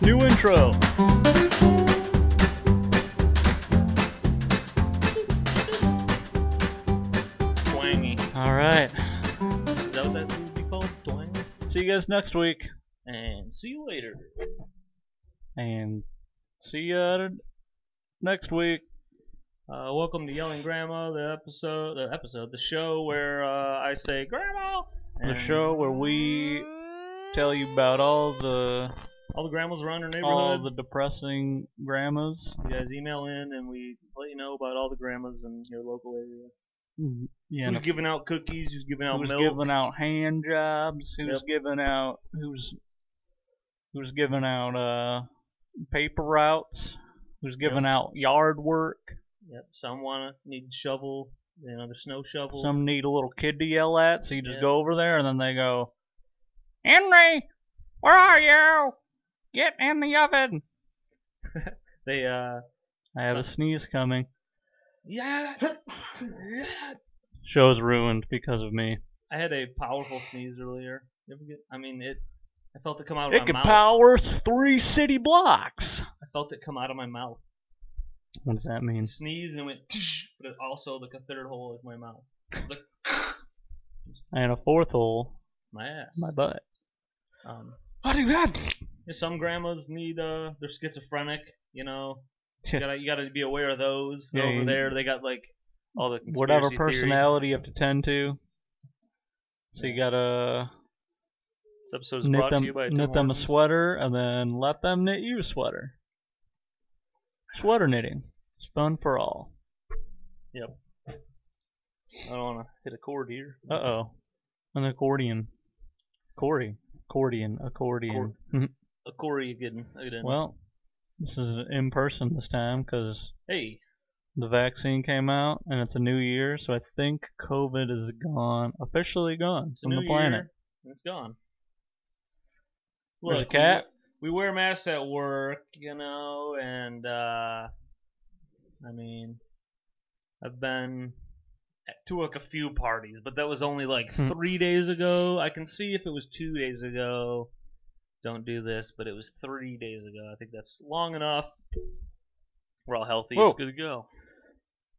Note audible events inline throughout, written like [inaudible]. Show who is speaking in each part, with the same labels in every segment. Speaker 1: New intro.
Speaker 2: Twangy.
Speaker 1: All right.
Speaker 2: Is that what that's usually called? Twangy?
Speaker 1: See you guys next week.
Speaker 2: And see you later.
Speaker 1: And see you next week.
Speaker 2: Uh, welcome to Yelling Grandma, the episode, the episode, the show where uh, I say Grandma.
Speaker 1: The
Speaker 2: and
Speaker 1: show where we tell you about all the
Speaker 2: All the grandmas around our
Speaker 1: all
Speaker 2: neighborhood.
Speaker 1: the depressing grandmas.
Speaker 2: you guys email in, and we let you know about all the grandmas in your local area.
Speaker 1: Yeah.
Speaker 2: Mm-hmm. who's giving out cookies? Who's giving out
Speaker 1: who's
Speaker 2: milk?
Speaker 1: giving out hand jobs? Who's
Speaker 2: Yep.
Speaker 1: giving out who's who's giving out uh paper routes? Who's giving out yard work?
Speaker 2: Yep. Some wanna need shovel. You know, the snow shovel.
Speaker 1: Some need a little kid to yell at, so you just
Speaker 2: Yeah.
Speaker 1: go over there and then they go, Henry, where are you? Get in the oven.
Speaker 2: They uh.
Speaker 1: I have a
Speaker 2: So-
Speaker 1: sneeze coming. [laughs]
Speaker 2: Yeah. yeah.
Speaker 1: Show's ruined because of me.
Speaker 2: I had a powerful sneeze earlier. You ever get? I mean, it. I felt it come out of
Speaker 1: It
Speaker 2: my
Speaker 1: could
Speaker 2: mouth.
Speaker 1: power three city blocks.
Speaker 2: I felt it come out of my mouth.
Speaker 1: What does that mean?
Speaker 2: Sneeze and it went, [laughs] but it also like a third hole in my mouth. It's like
Speaker 1: And a fourth hole,
Speaker 2: my ass.
Speaker 1: my butt.
Speaker 2: Um,
Speaker 1: How do you have?
Speaker 2: yeah, some grandmas need uh, they're schizophrenic. You know,
Speaker 1: [laughs]
Speaker 2: you gotta you gotta be aware of those
Speaker 1: Yeah,
Speaker 2: over
Speaker 1: you-
Speaker 2: there. They got like all the conspiracy
Speaker 1: whatever
Speaker 2: theory.
Speaker 1: personality you have to tend to. So you gotta
Speaker 2: This episode is
Speaker 1: knit
Speaker 2: brought
Speaker 1: them,
Speaker 2: to you by Tim
Speaker 1: knit them a
Speaker 2: Hortons.
Speaker 1: sweater, and then let them knit you a sweater. Sweater knitting, it's fun for all.
Speaker 2: I don't wanna hit a chord here.
Speaker 1: Uh oh, an accordion, Corey, accordion, accordion. Hmm.
Speaker 2: A Corey again. again.
Speaker 1: well, this is in person this time because
Speaker 2: hey,
Speaker 1: the vaccine came out and it's a new year, so I think COVID is gone, officially gone
Speaker 2: it's a
Speaker 1: from
Speaker 2: new
Speaker 1: the planet.
Speaker 2: year. and It's gone.
Speaker 1: There's a
Speaker 2: we-
Speaker 1: cat.
Speaker 2: We, wear masks at work, you know, and uh, I mean, I've been at- to like a few parties, but that was only like
Speaker 1: Hmm.
Speaker 2: three days ago. I can see if it was two days ago. Don't do this, but it was three days ago. I think that's long enough. We're all healthy.
Speaker 1: Whoa.
Speaker 2: It's good to go.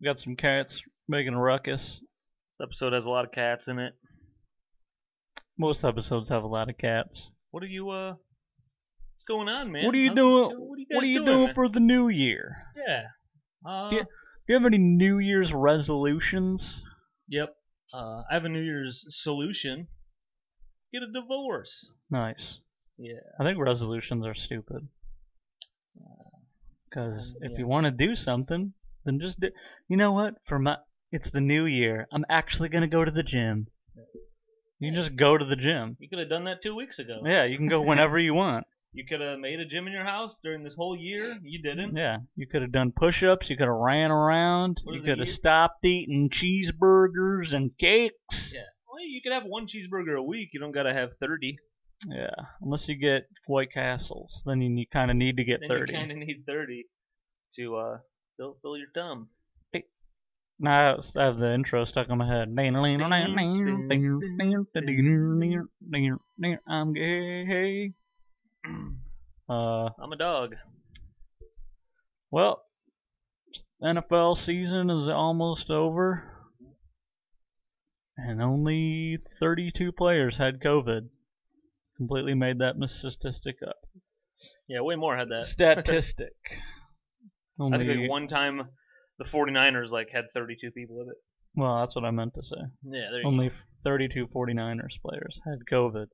Speaker 1: We got some cats making a ruckus.
Speaker 2: This episode has a lot of cats in it.
Speaker 1: Most episodes have a lot of cats.
Speaker 2: What are you uh? What's going on, man?
Speaker 1: What are you
Speaker 2: How's-
Speaker 1: doing-
Speaker 2: What are you, guys
Speaker 1: What are you
Speaker 2: doing
Speaker 1: doing for the new year?
Speaker 2: Yeah. Uh,
Speaker 1: Yeah. Do you have any New Year's resolutions?
Speaker 2: Yep. Uh, I have a New Year's solution. Get a divorce.
Speaker 1: Nice.
Speaker 2: Yeah.
Speaker 1: I think resolutions are stupid. Because
Speaker 2: Um,
Speaker 1: if
Speaker 2: yeah.
Speaker 1: you want to do something, then just do. You know what? For my, it's the new year. I'm actually gonna go to the gym. You can just go to the gym.
Speaker 2: You could have done that two weeks ago.
Speaker 1: Yeah, you can go whenever you want.
Speaker 2: You could have made a gym in your house during this whole year. You didn't.
Speaker 1: Yeah, you could have done push-ups. You could have ran around.
Speaker 2: What
Speaker 1: You
Speaker 2: is it,
Speaker 1: could have
Speaker 2: year-
Speaker 1: stopped eating cheeseburgers and cakes.
Speaker 2: Yeah. Well, you could have one cheeseburger a week. You don't gotta have thirty.
Speaker 1: Yeah, unless you get White Castles, then you need, kind of need to get
Speaker 2: Then
Speaker 1: thirty.
Speaker 2: you kind of need thirty to uh fill, fill your dumb.
Speaker 1: Now I have the intro stuck in my head. I'm gay. Uh,
Speaker 2: [clears throat] I'm a dog.
Speaker 1: well, NFL season is almost over, and only 32 players had COVID. Completely made that mis- statistic
Speaker 2: [laughs]
Speaker 1: up.
Speaker 2: Yeah, way more had that.
Speaker 1: Statistic.
Speaker 2: I think
Speaker 1: Only,
Speaker 2: like one time the 49ers like had 32 people with it.
Speaker 1: well, that's what I meant to say.
Speaker 2: Yeah, there you
Speaker 1: Only 32 49ers players had COVID.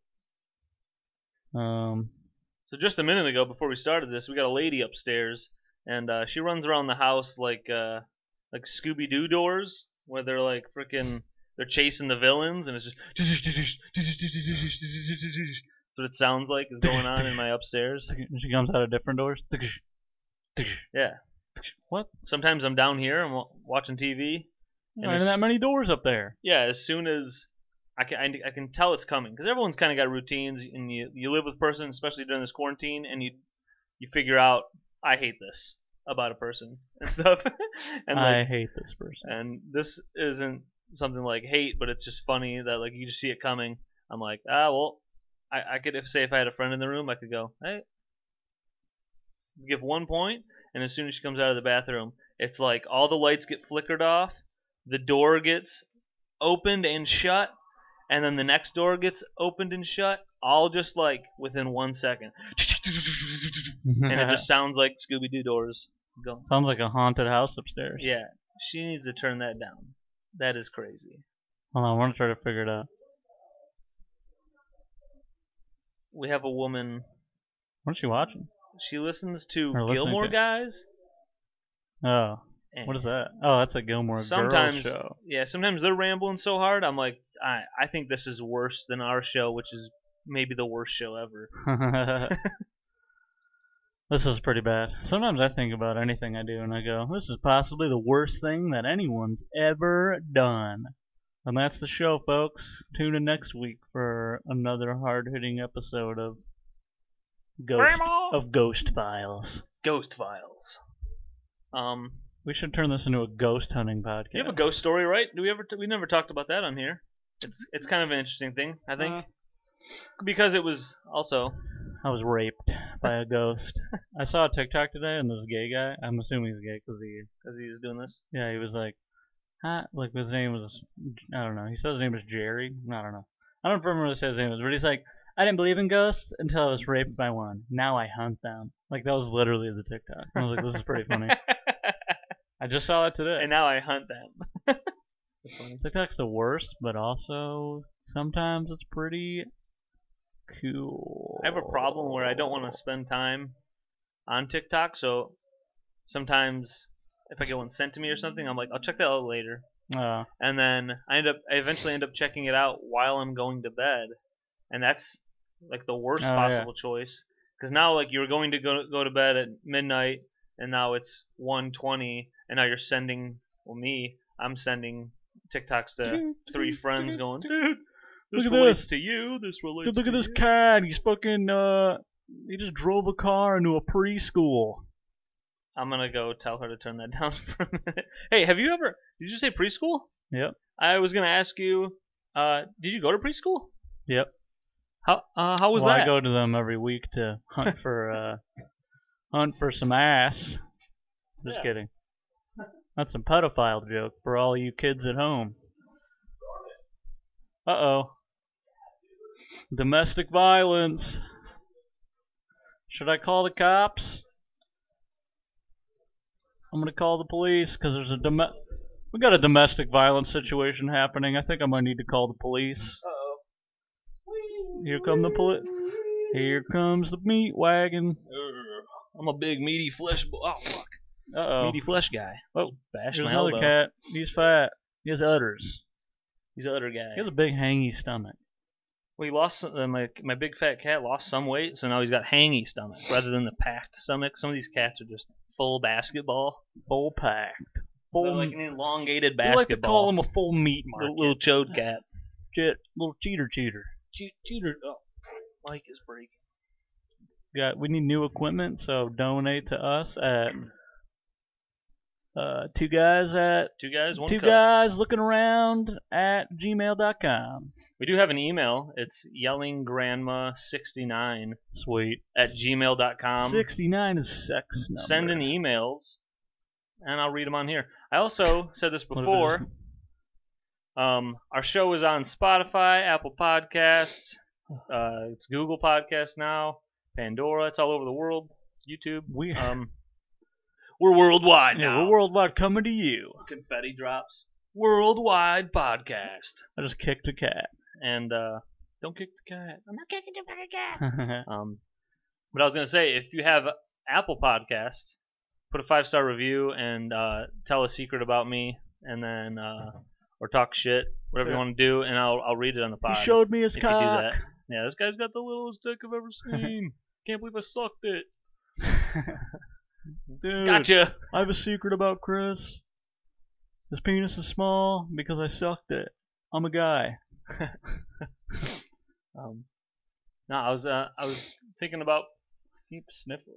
Speaker 1: Um,
Speaker 2: So just a minute ago, before we started this, we got a lady upstairs, and uh, she runs around the house like uh, like Scooby Doo doors, where they're like freaking they're chasing the villains, and it's just that's what it sounds like is going on in my upstairs.
Speaker 1: she comes out of different doors. [laughs]
Speaker 2: Yeah.
Speaker 1: What?
Speaker 2: Sometimes I'm down here, I'm wa- watching TV.
Speaker 1: There aren't that many doors up there.
Speaker 2: Yeah, as soon as I can, I, I can tell it's coming because everyone's kind of got routines, and you you live with a person, especially during this quarantine, and you you figure out I hate this about a person and stuff, [laughs] and
Speaker 1: I
Speaker 2: like,
Speaker 1: hate this person.
Speaker 2: and this isn't something like hate, but it's just funny that like you just see it coming. I'm like, ah, well, I, I could if say if I had a friend in the room, I could go, hey, You give one point, and as soon as she comes out of the bathroom, it's like all the lights get flickered off, the door gets opened and shut, and then the next door gets opened and shut, all just like within one second. and
Speaker 1: [laughs]
Speaker 2: it just sounds like Scooby Doo doors going.
Speaker 1: sounds like a haunted house upstairs.
Speaker 2: Yeah, she needs to turn that down. That is crazy.
Speaker 1: Hold on, I want to try to figure it out.
Speaker 2: We have a woman.
Speaker 1: What's she watching?
Speaker 2: She listens to
Speaker 1: Or listening
Speaker 2: Gilmore
Speaker 1: to-
Speaker 2: Guys.
Speaker 1: Oh,
Speaker 2: and
Speaker 1: what is that? Oh, that's a Gilmore
Speaker 2: Sometimes-
Speaker 1: Girls show. [laughs]
Speaker 2: Yeah, sometimes they're rambling so hard. I'm like, I I think this is worse than our show, which is maybe the worst show ever.
Speaker 1: this is pretty bad. Sometimes I think about anything I do and I go, this is possibly the worst thing that anyone's ever done. And that's the show, folks. Tune in next week for another hard hitting episode of Ghost
Speaker 2: Grandma!
Speaker 1: of Ghost Files.
Speaker 2: Ghost Files. Um,
Speaker 1: We should turn this into a ghost hunting podcast.
Speaker 2: you have a ghost story, right? Do we ever? T- we never talked about that on here. It's it's kind of an interesting thing, I think,
Speaker 1: Uh.
Speaker 2: because it was also
Speaker 1: I was raped by a ghost. I saw a TikTok today and this gay guy. I'm assuming he's gay because he
Speaker 2: because he's doing this.
Speaker 1: Yeah, he was like, huh? like his name was, I don't know. He said his name was Jerry. I don't know. I don't remember what he said his name was, but he's like, I didn't believe in ghosts until I was raped by one. Now I hunt them. Like that was literally the TikTok. I was like, this is
Speaker 2: [laughs]
Speaker 1: pretty funny. I just saw it today.
Speaker 2: and now I hunt them. [laughs] That's funny.
Speaker 1: TikTok's the worst, but also sometimes it's pretty cool.
Speaker 2: I have a problem where I don't want to spend time on TikTok, so sometimes if I get one sent to me or something, I'm like, I'll check that out later.
Speaker 1: to. Uh,
Speaker 2: And then I end up I eventually end up checking it out while I'm going to bed. And that's like the worst
Speaker 1: Oh, yeah.
Speaker 2: possible choice. 'Cause choice cuz now like you're going to go go to bed at midnight and now it's 1:20 and now you're sending well me, I'm sending TikToks to three friends going, "Dude, this
Speaker 1: Look at
Speaker 2: relates
Speaker 1: this.
Speaker 2: to you. This relates
Speaker 1: Dude, look
Speaker 2: to
Speaker 1: at this
Speaker 2: you."
Speaker 1: cat. He's fucking. Uh, he just drove a car into a preschool.
Speaker 2: I'm gonna go tell her to turn that [laughs] down for a minute. Hey, have you ever? Did you say preschool?
Speaker 1: Yep.
Speaker 2: I was gonna ask you. Uh, did you go to preschool?
Speaker 1: Yep.
Speaker 2: How uh, how was
Speaker 1: well,
Speaker 2: that?
Speaker 1: I go to them every week to
Speaker 2: [laughs]
Speaker 1: hunt for uh, hunt for some ass. Just
Speaker 2: Yeah.
Speaker 1: kidding. That's a pedophile joke for all you kids at home. Uh oh. Domestic violence. Should I call the cops? I'm gonna call the police because there's a dom- we got a domestic violence situation happening. I think I might need to call the police.
Speaker 2: Uh-oh.
Speaker 1: Here come the police. Here comes the meat wagon.
Speaker 2: Urgh. I'm a big meaty flesh. Bo- oh fuck,
Speaker 1: Uh oh.
Speaker 2: meaty flesh guy.
Speaker 1: Oh,
Speaker 2: bash
Speaker 1: There's
Speaker 2: my
Speaker 1: another
Speaker 2: elbow.
Speaker 1: cat. He's fat. He has udders.
Speaker 2: He's the other guy.
Speaker 1: He has a big hangy stomach.
Speaker 2: well, he lost some- uh, my my big fat cat lost some weight, so now he's got hangy stomach rather than the packed stomach. Some of these cats are just full basketball,
Speaker 1: Full packed. Full.
Speaker 2: They're like an elongated
Speaker 1: we
Speaker 2: basketball.
Speaker 1: like to call him a full meat market.
Speaker 2: little, little [laughs] chode cat.
Speaker 1: Jet, little cheater cheater.
Speaker 2: Che- Cheater. Oh, Mike is breaking.
Speaker 1: Got. We need new equipment, so donate to us at uh, two guys at
Speaker 2: Two guys, one
Speaker 1: two
Speaker 2: cup.
Speaker 1: guys looking around at gmail.com.
Speaker 2: We do have an email. It's yellinggrandma69
Speaker 1: Sweet.
Speaker 2: at gmail.com.
Speaker 1: Sixty nine is sex number.
Speaker 2: Um, Send e in emails, and I'll read them on here. I also said this
Speaker 1: [laughs] What if it
Speaker 2: before. Um, our show is on Spotify, Apple Podcasts, uh, it's Google Podcasts now, Pandora. It's all over the world. YouTube.
Speaker 1: [laughs] We
Speaker 2: Um, we're worldwide
Speaker 1: yeah,
Speaker 2: now.
Speaker 1: we're worldwide coming to you.
Speaker 2: Confetti drops. Worldwide podcast.
Speaker 1: I just kicked a [laughs]
Speaker 2: and uh, don't kick the cat. I'm not kicking the fucking
Speaker 1: [laughs]
Speaker 2: cat.
Speaker 1: cat.
Speaker 2: Um, but I was gonna say, if you have Apple Podcast, put a five star review and uh, tell a secret about me, and then uh, or talk shit, whatever you
Speaker 1: Sure.
Speaker 2: want to do, and I'll I'll read it on the
Speaker 1: he
Speaker 2: pod.
Speaker 1: showed me his
Speaker 2: if you do that.
Speaker 1: cock.
Speaker 2: Yeah, this guy's got the littlest dick I've
Speaker 1: [laughs]
Speaker 2: ever seen. Can't believe I sucked it. [laughs]
Speaker 1: Dude,
Speaker 2: Gotcha.
Speaker 1: I have a secret about Chris. His penis is small because I sucked it. I'm a guy.
Speaker 2: Um, no, I was uh, I was thinking about.
Speaker 1: Keep sniffling.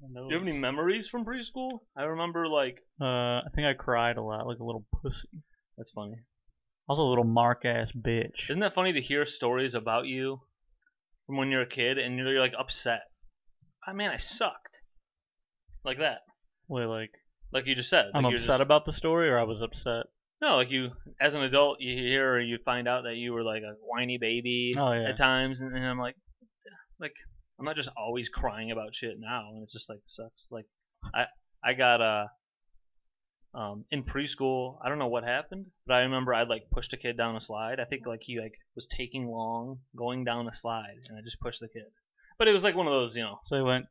Speaker 2: Do you have any
Speaker 1: Uh,
Speaker 2: memories from preschool? I remember like
Speaker 1: I think I cried a lot, like a little pussy.
Speaker 2: that's funny.
Speaker 1: I was a little mark ass bitch.
Speaker 2: Isn't that funny to hear stories about you from when you're a kid and you're, you're like upset? Oh man, I Ah, sucked. like that,
Speaker 1: Wait, like
Speaker 2: like you just said.
Speaker 1: I'm
Speaker 2: Like you're
Speaker 1: upset
Speaker 2: just-
Speaker 1: about the story, or I was upset.
Speaker 2: No, like you, as an adult, you hear or you find out that you were like a whiny baby
Speaker 1: Oh yeah.
Speaker 2: at times, and, and I'm like, like I'm not just always crying about shit now, and it's just like sucks. Like I, I got uh, um, in preschool, I don't know what happened, but I remember I like pushed a kid down a slide. I think like he like was taking long going down a slide, and I just pushed the kid. But it was like one of those, you know,
Speaker 1: So he went.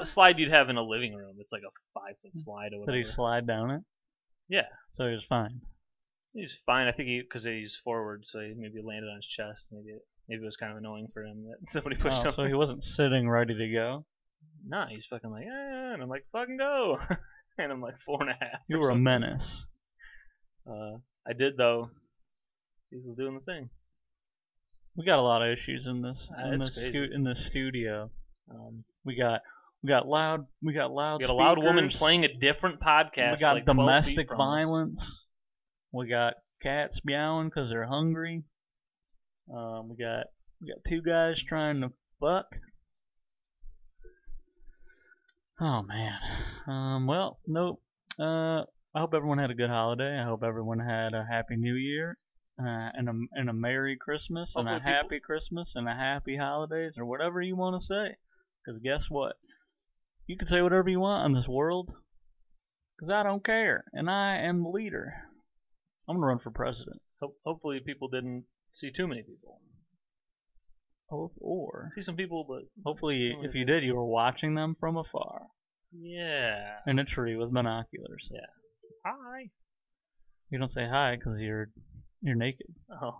Speaker 2: a slide you'd have in a living room. It's like a five foot slide or
Speaker 1: Did
Speaker 2: whatever.
Speaker 1: Mm. he slide down it?
Speaker 2: Yeah.
Speaker 1: So he was fine.
Speaker 2: He's fine. I think he because he's forward, so he maybe landed on his chest. Maybe it, maybe it was kind of annoying for him that [laughs] somebody pushed
Speaker 1: Oh,
Speaker 2: him.
Speaker 1: so he wasn't sitting ready to go.
Speaker 2: Nah, he's fucking like, yeah, and I'm like, fucking go, [laughs] and I'm like four and a half.
Speaker 1: You
Speaker 2: or
Speaker 1: were a
Speaker 2: something.
Speaker 1: menace.
Speaker 2: Uh, I did though. He's doing the thing.
Speaker 1: We got a lot of issues in this
Speaker 2: Ah,
Speaker 1: in
Speaker 2: it's
Speaker 1: this stu-
Speaker 2: crazy.
Speaker 1: in this studio.
Speaker 2: Um,
Speaker 1: We got we got loud we got loud.
Speaker 2: you got a loud woman
Speaker 1: speakers.
Speaker 2: playing a different podcast.
Speaker 1: We got
Speaker 2: like 12 feet
Speaker 1: domestic
Speaker 2: from us.
Speaker 1: violence. We got cats meowing because they're hungry. Um, we got we got two guys trying to fuck. Oh man. Um, well, nope. Uh, I hope everyone had a good holiday. I hope everyone had a happy New Year, uh, and a and a Merry Christmas, and a
Speaker 2: Hopefully people-
Speaker 1: happy Christmas, and a happy holidays, or whatever you want to say. Because guess what? You can say whatever you want in this world. Because I don't care. And I am the leader. I'm going to run for president.
Speaker 2: Ho- hopefully, people didn't see too many people.
Speaker 1: Or, or
Speaker 2: See some people, but
Speaker 1: hopefully, if you did, you were watching them from afar
Speaker 2: yeah.
Speaker 1: in a tree with binoculars.
Speaker 2: Yeah. Hi. [laughs]
Speaker 1: You don't say hi because you're, you're naked.
Speaker 2: Oh,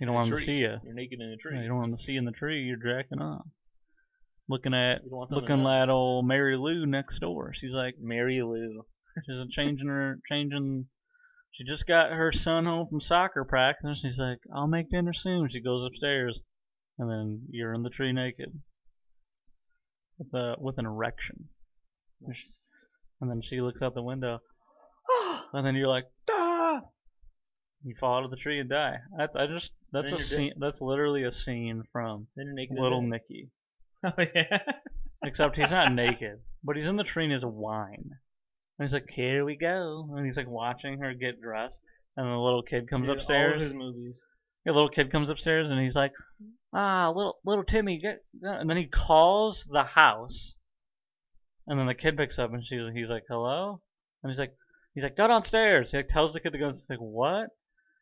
Speaker 1: You
Speaker 2: In
Speaker 1: don't
Speaker 2: a
Speaker 1: want them to
Speaker 2: tree.
Speaker 1: see you.
Speaker 2: you're naked in a tree.
Speaker 1: You don't want them to see you in the tree. You're jacking off. Looking at.
Speaker 2: You don't want them to
Speaker 1: Looking
Speaker 2: know.
Speaker 1: at old Mary Lou next door. She's like,
Speaker 2: Mary Lou.
Speaker 1: She's a changing her changing. She just got her son home from soccer practice, and she's like, "I'll make dinner soon." She goes upstairs, and then you're in the tree naked with a with an erection,
Speaker 2: [gasps]
Speaker 1: and then she looks out the window, and then you're like, "Ah!" You fall out of the tree and die. I, I just that's
Speaker 2: Then
Speaker 1: a
Speaker 2: you're
Speaker 1: scene. That's literally a scene from
Speaker 2: Then you're naked. in [laughs]
Speaker 1: Little
Speaker 2: bed.
Speaker 1: Nicky,
Speaker 2: [laughs] Oh yeah.
Speaker 1: except he's not naked, but he's in the tree and he's a wine. And he's like, "Here we go," and he's like watching her get dressed. And the little kid comes
Speaker 2: Dude, [laughs] all of
Speaker 1: upstairs.
Speaker 2: his movies.
Speaker 1: The little kid comes upstairs and he's like, "Ah, little little Timmy, get!" get-" And then he calls the house, and then the kid picks up and she's he's like, "Hello," and he's like, he's like, "Go downstairs." He like tells the kid to go. He's like, "What?"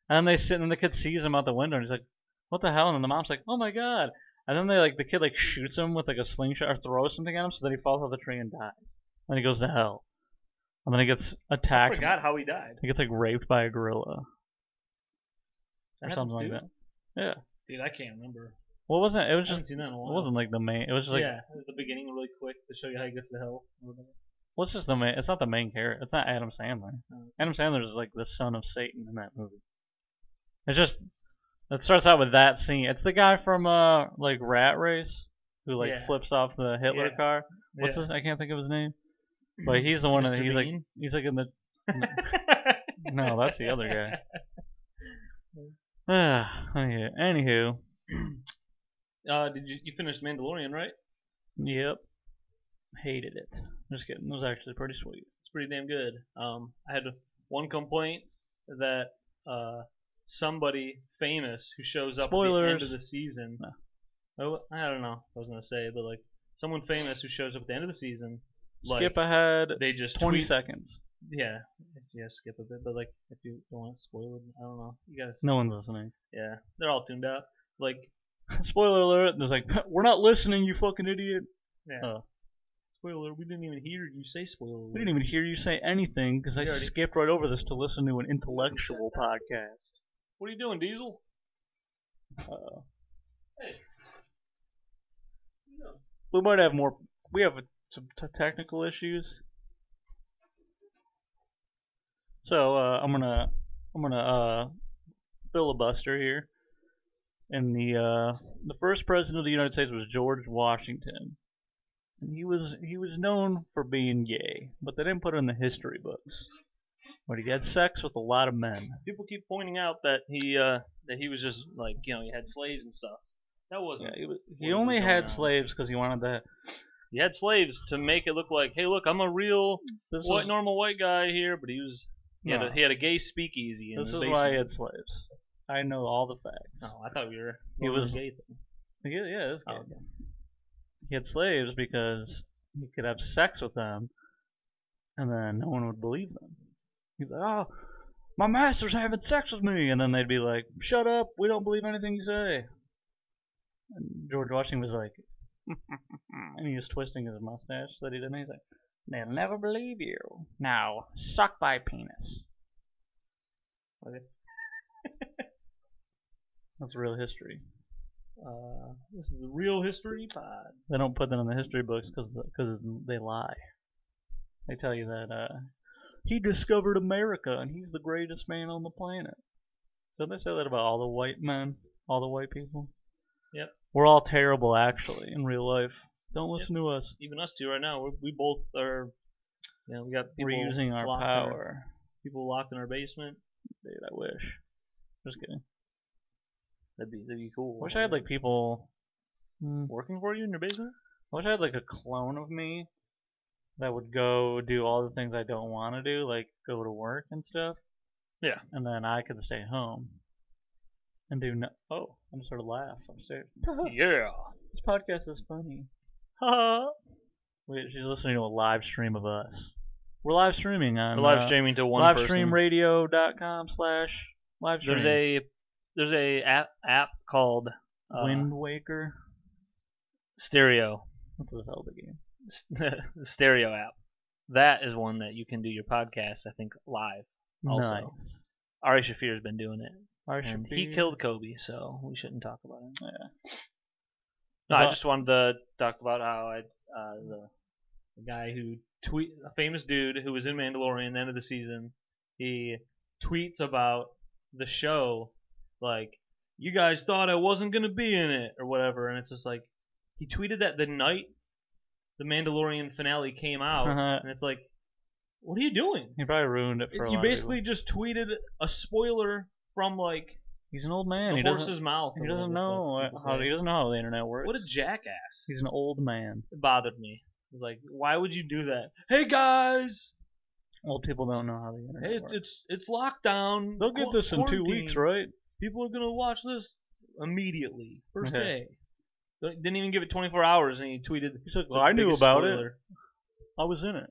Speaker 1: And then they sit and the kid sees him out the window and he's like, "What the hell?" And then the mom's like, "Oh my god!" And then they like the kid like shoots him with like a slingshot or throws something at him so that he falls off the tree and dies. And he goes to hell. And then he gets
Speaker 2: I
Speaker 1: attacked.
Speaker 2: forgot how he died.
Speaker 1: He gets like raped by a gorilla or
Speaker 2: That
Speaker 1: something like
Speaker 2: happens,
Speaker 1: that. Yeah.
Speaker 2: dude. Dude, I can't remember.
Speaker 1: Well, it wasn't it
Speaker 2: I
Speaker 1: was just
Speaker 2: haven't seen that in a
Speaker 1: It
Speaker 2: while.
Speaker 1: wasn't like the main. It was just like
Speaker 2: yeah, it was the beginning really quick to show you how he gets to hell.
Speaker 1: what's just the main. It's not the main character. It's not Adam Sandler.
Speaker 2: Mm.
Speaker 1: Adam Sandler is like the son of Satan in that movie. It's just it starts out with that scene. It's the guy from uh like Rat Race who like
Speaker 2: Yeah.
Speaker 1: flips off the Hitler
Speaker 2: Yeah.
Speaker 1: car. What's
Speaker 2: yeah.
Speaker 1: his? I can't think of his name. But he's the one that
Speaker 2: Mr.
Speaker 1: he's like
Speaker 2: Bean?
Speaker 1: he's like in the
Speaker 2: [laughs]
Speaker 1: no that's the other guy. [sighs] Ah, anywho, anywho,
Speaker 2: Uh, did you you finished Mandalorian right?
Speaker 1: yep, hated it. Just kidding. It was actually pretty sweet.
Speaker 2: It's pretty damn good. Um, I had one complaint that uh somebody famous who shows up at the end
Speaker 1: Spoilers.
Speaker 2: of the season.
Speaker 1: No.
Speaker 2: Oh, I don't know. I was gonna say, but like someone famous who shows up at the end of the season. Like,
Speaker 1: Skip ahead
Speaker 2: They just
Speaker 1: twenty
Speaker 2: tweet,
Speaker 1: seconds.
Speaker 2: yeah, yeah, skip a bit, but like if you don't want to spoil it, I don't know. You guys,
Speaker 1: No one's listening.
Speaker 2: yeah, they're all tuned out. Like
Speaker 1: Spoiler alert! There's like, [laughs] we're not listening, you fucking idiot.
Speaker 2: Yeah.
Speaker 1: Oh.
Speaker 2: spoiler, we didn't even hear you say spoiler.
Speaker 1: We didn't even hear you say anything because I
Speaker 2: We already-
Speaker 1: skipped right over this to listen to an intellectual podcast.
Speaker 2: What are you doing, Diesel?
Speaker 1: Uh,
Speaker 2: No.
Speaker 1: we might have more. We have some t- technical issues. So uh, I'm gonna I'm gonna uh, filibuster here. And the uh, the first president of the United States was George Washington. And he was he was known for being gay, but they didn't put it in the history books. But he had sex with a lot of men.
Speaker 2: People keep pointing out that he uh that he was just like you know he had slaves and stuff. That
Speaker 1: Yeah,
Speaker 2: wasn't.
Speaker 1: he, was,
Speaker 2: what
Speaker 1: he
Speaker 2: was
Speaker 1: only
Speaker 2: going
Speaker 1: had
Speaker 2: on.
Speaker 1: slaves because he wanted to
Speaker 2: He had slaves to make it look like, hey, look, I'm a real
Speaker 1: This
Speaker 2: white
Speaker 1: is,
Speaker 2: normal white guy here, but he was he,
Speaker 1: no,
Speaker 2: had, a, he had a gay speakeasy. In
Speaker 1: this is
Speaker 2: his
Speaker 1: why
Speaker 2: basement.
Speaker 1: he had slaves. I know all the facts.
Speaker 2: Oh, I thought we were.
Speaker 1: He
Speaker 2: going
Speaker 1: was-
Speaker 2: gay. Thing.
Speaker 1: Yeah, yeah, that's
Speaker 2: Oh,
Speaker 1: good. He had slaves because he could have sex with them, and then no one would believe them. He's like, oh, my master's having sex with me, and then they'd be like, shut up, we don't believe anything you say. And George Washington was like, [laughs] and he was twisting his mustache that he didn't. He's like, they'll never believe you. Now suck my penis.
Speaker 2: Okay.
Speaker 1: [laughs] That's real history.
Speaker 2: Uh, this is the real history pod.
Speaker 1: They don't put that in the history books because they lie. They tell you that uh, he discovered America and he's the greatest man on the planet. Don't they say that about all the white men, all the white people?
Speaker 2: Yep.
Speaker 1: We're all terrible, actually, in real life. Don't listen to us.
Speaker 2: Even us two right now, we're, we both are. You know, we got people
Speaker 1: We're using our
Speaker 2: locked in
Speaker 1: power.
Speaker 2: people locked in our basement.
Speaker 1: Dude, I wish. Just kidding.
Speaker 2: That'd be that'd be cool.
Speaker 1: I wish I had like people. Hmm.
Speaker 2: working for you in your basement.
Speaker 1: I wish I had like a clone of me that would go do all the things I don't want to do, like go to work and stuff.
Speaker 2: Yeah.
Speaker 1: And then I could stay home and do no. Oh, I'm sort of laugh [laughs] upstairs. this
Speaker 2: yeah.
Speaker 1: podcast is funny. Wait, she's listening to a live stream of us. We're live streaming on
Speaker 2: The live
Speaker 1: uh,
Speaker 2: streaming to one person.
Speaker 1: livestreamradio.com slash live
Speaker 2: There's
Speaker 1: stream.
Speaker 2: a there's a app app called uh,
Speaker 1: Wind Waker.
Speaker 2: Stereo. [laughs]
Speaker 1: What's the Zelda game?
Speaker 2: the stereo app. That is one that you can do your podcast, I think, live. Also.
Speaker 1: Nice.
Speaker 2: Ari Shafir has been doing it.
Speaker 1: Arsha
Speaker 2: And
Speaker 1: P.
Speaker 2: he killed Kobe, so we shouldn't talk about him.
Speaker 1: Yeah.
Speaker 2: No, I
Speaker 1: Well-
Speaker 2: just wanted to talk about how I uh, the, the guy who tweet a famous dude who was in Mandalorian the end of the season, he tweets about the show like you guys thought I wasn't gonna be in it or whatever, and it's just like he tweeted that the night the Mandalorian finale came
Speaker 1: [laughs]
Speaker 2: out, and it's like, what are you doing?
Speaker 1: He probably ruined it Uh-huh. for a
Speaker 2: you
Speaker 1: lot of people.
Speaker 2: basically just tweeted a spoiler from like
Speaker 1: He's an old man. He
Speaker 2: the
Speaker 1: doesn't.
Speaker 2: horse's mouth.
Speaker 1: He
Speaker 2: or
Speaker 1: doesn't
Speaker 2: whatever
Speaker 1: know
Speaker 2: the fuck
Speaker 1: how
Speaker 2: people
Speaker 1: he
Speaker 2: say.
Speaker 1: doesn't know how the internet works.
Speaker 2: What a jackass!
Speaker 1: He's an old man.
Speaker 2: It bothered me. It was like, why would you do that? Hey guys,
Speaker 1: Old people don't know how the internet
Speaker 2: hey, it,
Speaker 1: works.
Speaker 2: it's it's lockdown.
Speaker 1: They'll get
Speaker 2: Qu-
Speaker 1: this in two
Speaker 2: quarantine.
Speaker 1: weeks, right?
Speaker 2: People are gonna watch this immediately, first
Speaker 1: Okay.
Speaker 2: day. They Didn't even give it 24 hours, and he tweeted.
Speaker 1: He's like,
Speaker 2: the
Speaker 1: well, I knew
Speaker 2: biggest
Speaker 1: about it.
Speaker 2: spoiler."
Speaker 1: I was in it.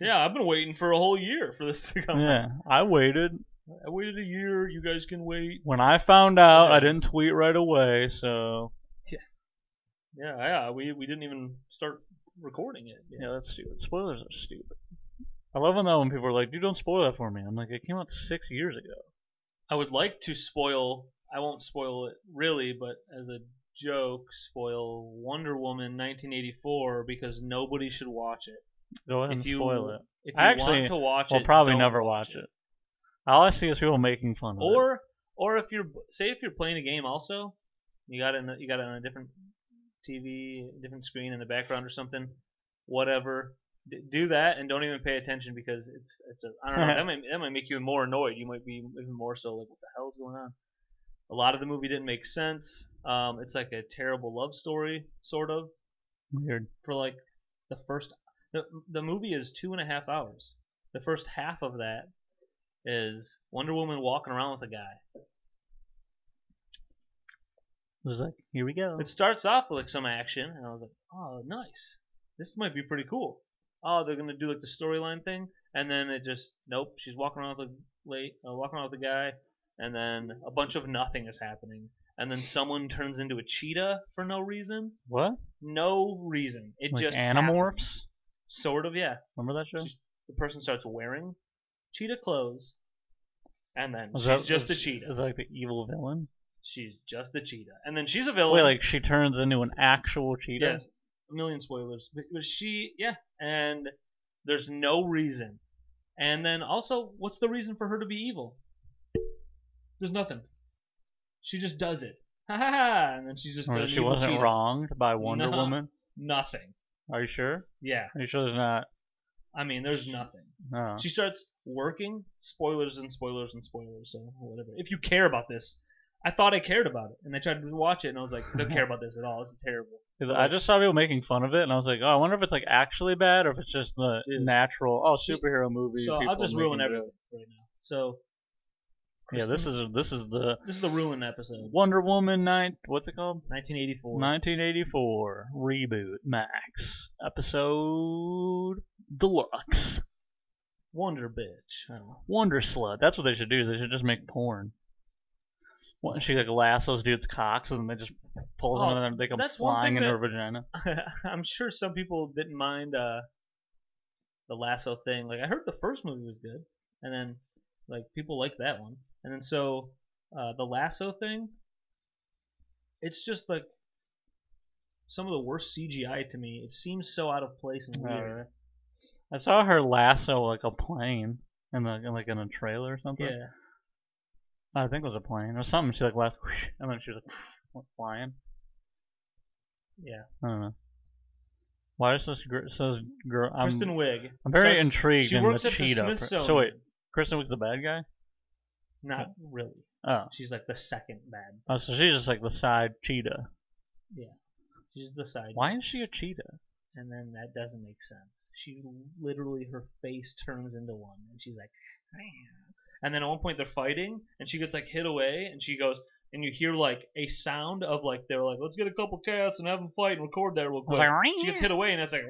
Speaker 2: Yeah, I've been waiting for a whole year for this to come.
Speaker 1: Yeah, I waited.
Speaker 2: out. I waited a year. You guys can wait.
Speaker 1: When I found out, I
Speaker 2: Okay.
Speaker 1: didn't tweet right away. So
Speaker 2: Yeah, yeah. We we didn't even start recording it.
Speaker 1: yeah, that's stupid. Spoilers are stupid. I love when that when people are like, "Dude, don't spoil that for me." I'm like, "It came out six years ago."
Speaker 2: I would like to spoil. I won't spoil it really, but as a joke, spoil Wonder Woman 1984 because nobody should watch it.
Speaker 1: Go ahead
Speaker 2: If
Speaker 1: and
Speaker 2: you-
Speaker 1: spoil it.
Speaker 2: If you
Speaker 1: I actually
Speaker 2: want to watch
Speaker 1: We'll
Speaker 2: it,
Speaker 1: probably
Speaker 2: don't
Speaker 1: never watch it. All I see is people making fun of it.
Speaker 2: Or or if you're say if you're playing a game also, you got it in the, you got it on a different TV, different screen in the background or something, whatever. D- do that and don't even pay attention because it's it's a I don't know that might that might make you more annoyed. You might be even more so like what the hell is going on. A lot of the movie didn't make sense. Um, it's like a terrible love story sort of
Speaker 1: Weird.
Speaker 2: for like the first the, the movie is two and a half hours the first half of that is wonder woman walking around with a guy
Speaker 1: It was like, "Here we go."
Speaker 2: it starts off with like some action and i was like oh nice this might be pretty cool oh they're gonna do like the storyline thing and then it just nope she's walking around with a late uh, walking around with a guy and then a bunch of nothing is happening and then someone turns into a cheetah for no reason
Speaker 1: what?
Speaker 2: no reason it
Speaker 1: Like
Speaker 2: just
Speaker 1: Animorphs?
Speaker 2: happened. sort of yeah
Speaker 1: Remember that show?
Speaker 2: She's- the person starts wearing cheetah clothes, and then
Speaker 1: Is
Speaker 2: she's
Speaker 1: that-
Speaker 2: just a
Speaker 1: is-
Speaker 2: cheetah.
Speaker 1: Is that like the evil villain?
Speaker 2: She's just a cheetah, and then she's a villain.
Speaker 1: Wait, like she turns into an actual cheetah?
Speaker 2: yes, a million spoilers, but, but she, yeah, and there's no reason. And then also, what's the reason for her to be evil? There's nothing. She just does it. [laughs] Ha ha ha! And then she's just
Speaker 1: Or
Speaker 2: an
Speaker 1: she
Speaker 2: evil
Speaker 1: wasn't
Speaker 2: cheetah.
Speaker 1: wronged by Wonder
Speaker 2: No.
Speaker 1: Woman?
Speaker 2: Nothing.
Speaker 1: Are you sure?
Speaker 2: Yeah,
Speaker 1: Are you sure there's not?
Speaker 2: I mean, there's nothing.
Speaker 1: No.
Speaker 2: She starts working. Spoilers and spoilers and spoilers. So whatever. If you care about this, I thought I cared about it, and I tried to watch it, and I was like, I
Speaker 1: [laughs]
Speaker 2: don't care about this at all. This is terrible.
Speaker 1: 'Cause I just saw people making fun of it, and I was like, oh, I wonder if it's like actually bad or if it's just the
Speaker 2: Dude.
Speaker 1: natural oh
Speaker 2: See,
Speaker 1: superhero movie.
Speaker 2: So I'll
Speaker 1: people
Speaker 2: just ruin
Speaker 1: making
Speaker 2: everything right now. So
Speaker 1: it. Yeah, this
Speaker 2: Kristen,
Speaker 1: is this is the
Speaker 2: this is the ruin episode.
Speaker 1: Wonder Woman night. What's it called?
Speaker 2: 1984.
Speaker 1: 1984 reboot max episode deluxe
Speaker 2: Wonder bitch. I don't know.
Speaker 1: wonder slut. That's what they should do. They should just make porn. What, she like lassos dude's cocks and then they just pull them
Speaker 2: Oh,
Speaker 1: and then they come
Speaker 2: that's one
Speaker 1: flying
Speaker 2: thing
Speaker 1: into her vagina.
Speaker 2: [laughs] I'm sure some people didn't mind uh, the lasso thing. Like I heard the first movie was good, and then like people liked that one, and then so uh, the lasso thing. It's just like some of the worst CGI to me. It seems so out of place and weird.
Speaker 1: Alright. I saw her lasso like a plane in the in, like in a trailer or something.
Speaker 2: Yeah,
Speaker 1: I think it was a plane or something. She like left and then she was like [laughs] went flying.
Speaker 2: yeah.
Speaker 1: I don't know. Why is this girl? So this girl, I'm,
Speaker 2: Kristen Wiig.
Speaker 1: I'm very
Speaker 2: starts-
Speaker 1: intrigued
Speaker 2: she
Speaker 1: in
Speaker 2: works
Speaker 1: the
Speaker 2: at the
Speaker 1: cheetah. pr- so
Speaker 2: Smithsonian.
Speaker 1: wait, Kristen Wiig's the bad guy?
Speaker 2: Not really.
Speaker 1: Oh.
Speaker 2: She's like the second bad.
Speaker 1: oh, so she's just like the side cheetah.
Speaker 2: She's the side.
Speaker 1: Why is she a cheetah?
Speaker 2: And then that doesn't make sense. She literally her face turns into one, and she's like, "Man." and then at one point they're fighting, and she gets like hit away, and she goes, and you hear like a sound of like they're like, let's get a couple cats and have them fight and record that real quick. she gets hit away, and it's like.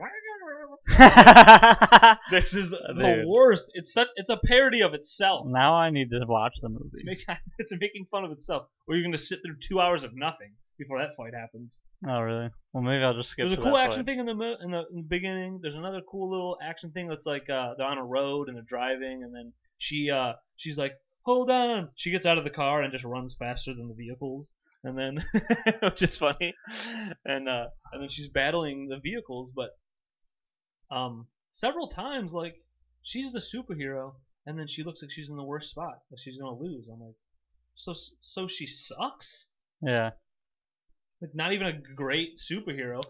Speaker 2: [laughs] This is the
Speaker 1: Dude.
Speaker 2: worst. It's such. It's a parody of itself.
Speaker 1: now I need to watch the movie.
Speaker 2: It's, make, [laughs] it's making fun of itself. Or you're gonna sit through two hours of nothing before that fight happens.
Speaker 1: oh really? Well, maybe I'll just skip.
Speaker 2: There's a
Speaker 1: to
Speaker 2: cool
Speaker 1: that
Speaker 2: action
Speaker 1: part.
Speaker 2: thing in the, mo- in the in the beginning. There's another cool little action thing that's like uh, they're on a road and they're driving, and then she uh, she's like, "Hold on!" She gets out of the car and just runs faster than the vehicles, and then [laughs] which is funny, and uh, and then she's battling the vehicles, but um, several times like she's the superhero, and then she looks like she's in the worst spot that she's gonna lose. I'm like, so so she sucks.
Speaker 1: Yeah,
Speaker 2: Like not even a great superhero.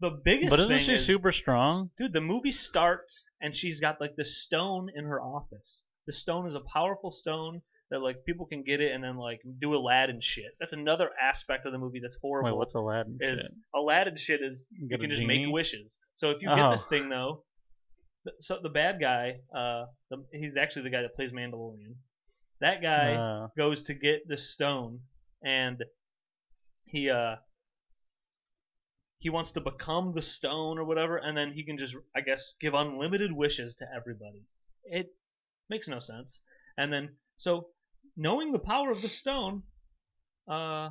Speaker 2: The biggest
Speaker 1: but isn't
Speaker 2: thing
Speaker 1: she
Speaker 2: is,
Speaker 1: super strong?
Speaker 2: dude, the movie starts and she's got like the stone in her office. The stone is a powerful stone that like people can get it and then like do Aladdin shit. That's another aspect of the movie that's horrible.
Speaker 1: Wait, what's Aladdin?
Speaker 2: is
Speaker 1: shit?
Speaker 2: Aladdin shit is
Speaker 1: You
Speaker 2: you
Speaker 1: get
Speaker 2: can
Speaker 1: a
Speaker 2: just
Speaker 1: genie?
Speaker 2: make wishes. So if you get
Speaker 1: Oh.
Speaker 2: this thing though, th- so the bad guy, uh, the, he's actually the guy that plays Mandalorian. That guy
Speaker 1: Uh,
Speaker 2: goes to get the stone and he uh he wants to become the stone or whatever and then he can just i guess give unlimited wishes to everybody it makes no sense and then so knowing the power of the stone uh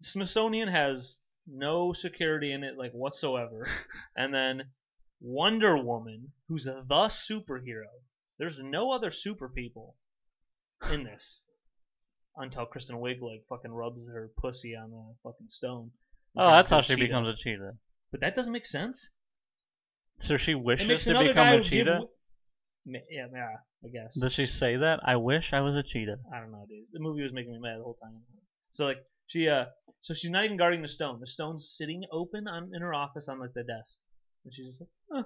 Speaker 2: smithsonian has no security in it like
Speaker 1: [laughs]
Speaker 2: whatsoever and then wonder woman who's the superhero there's no other super people in this until Kristen Wiig like fucking rubs her pussy on the fucking stone. and
Speaker 1: oh, that's
Speaker 2: turns into
Speaker 1: how she
Speaker 2: a cheetah.
Speaker 1: becomes a cheetah.
Speaker 2: But that doesn't make sense.
Speaker 1: So she
Speaker 2: It
Speaker 1: wishes
Speaker 2: makes
Speaker 1: to
Speaker 2: another
Speaker 1: become
Speaker 2: guy
Speaker 1: a
Speaker 2: who give
Speaker 1: cheetah.
Speaker 2: w- Ma- Yeah, yeah, I guess.
Speaker 1: Does she say that? I wish I was a cheetah.
Speaker 2: I don't know, dude. The movie was making me mad the whole time. So like she uh so she's not even guarding the stone. The stone's sitting open on in her office on like the desk. And she's just like, huh.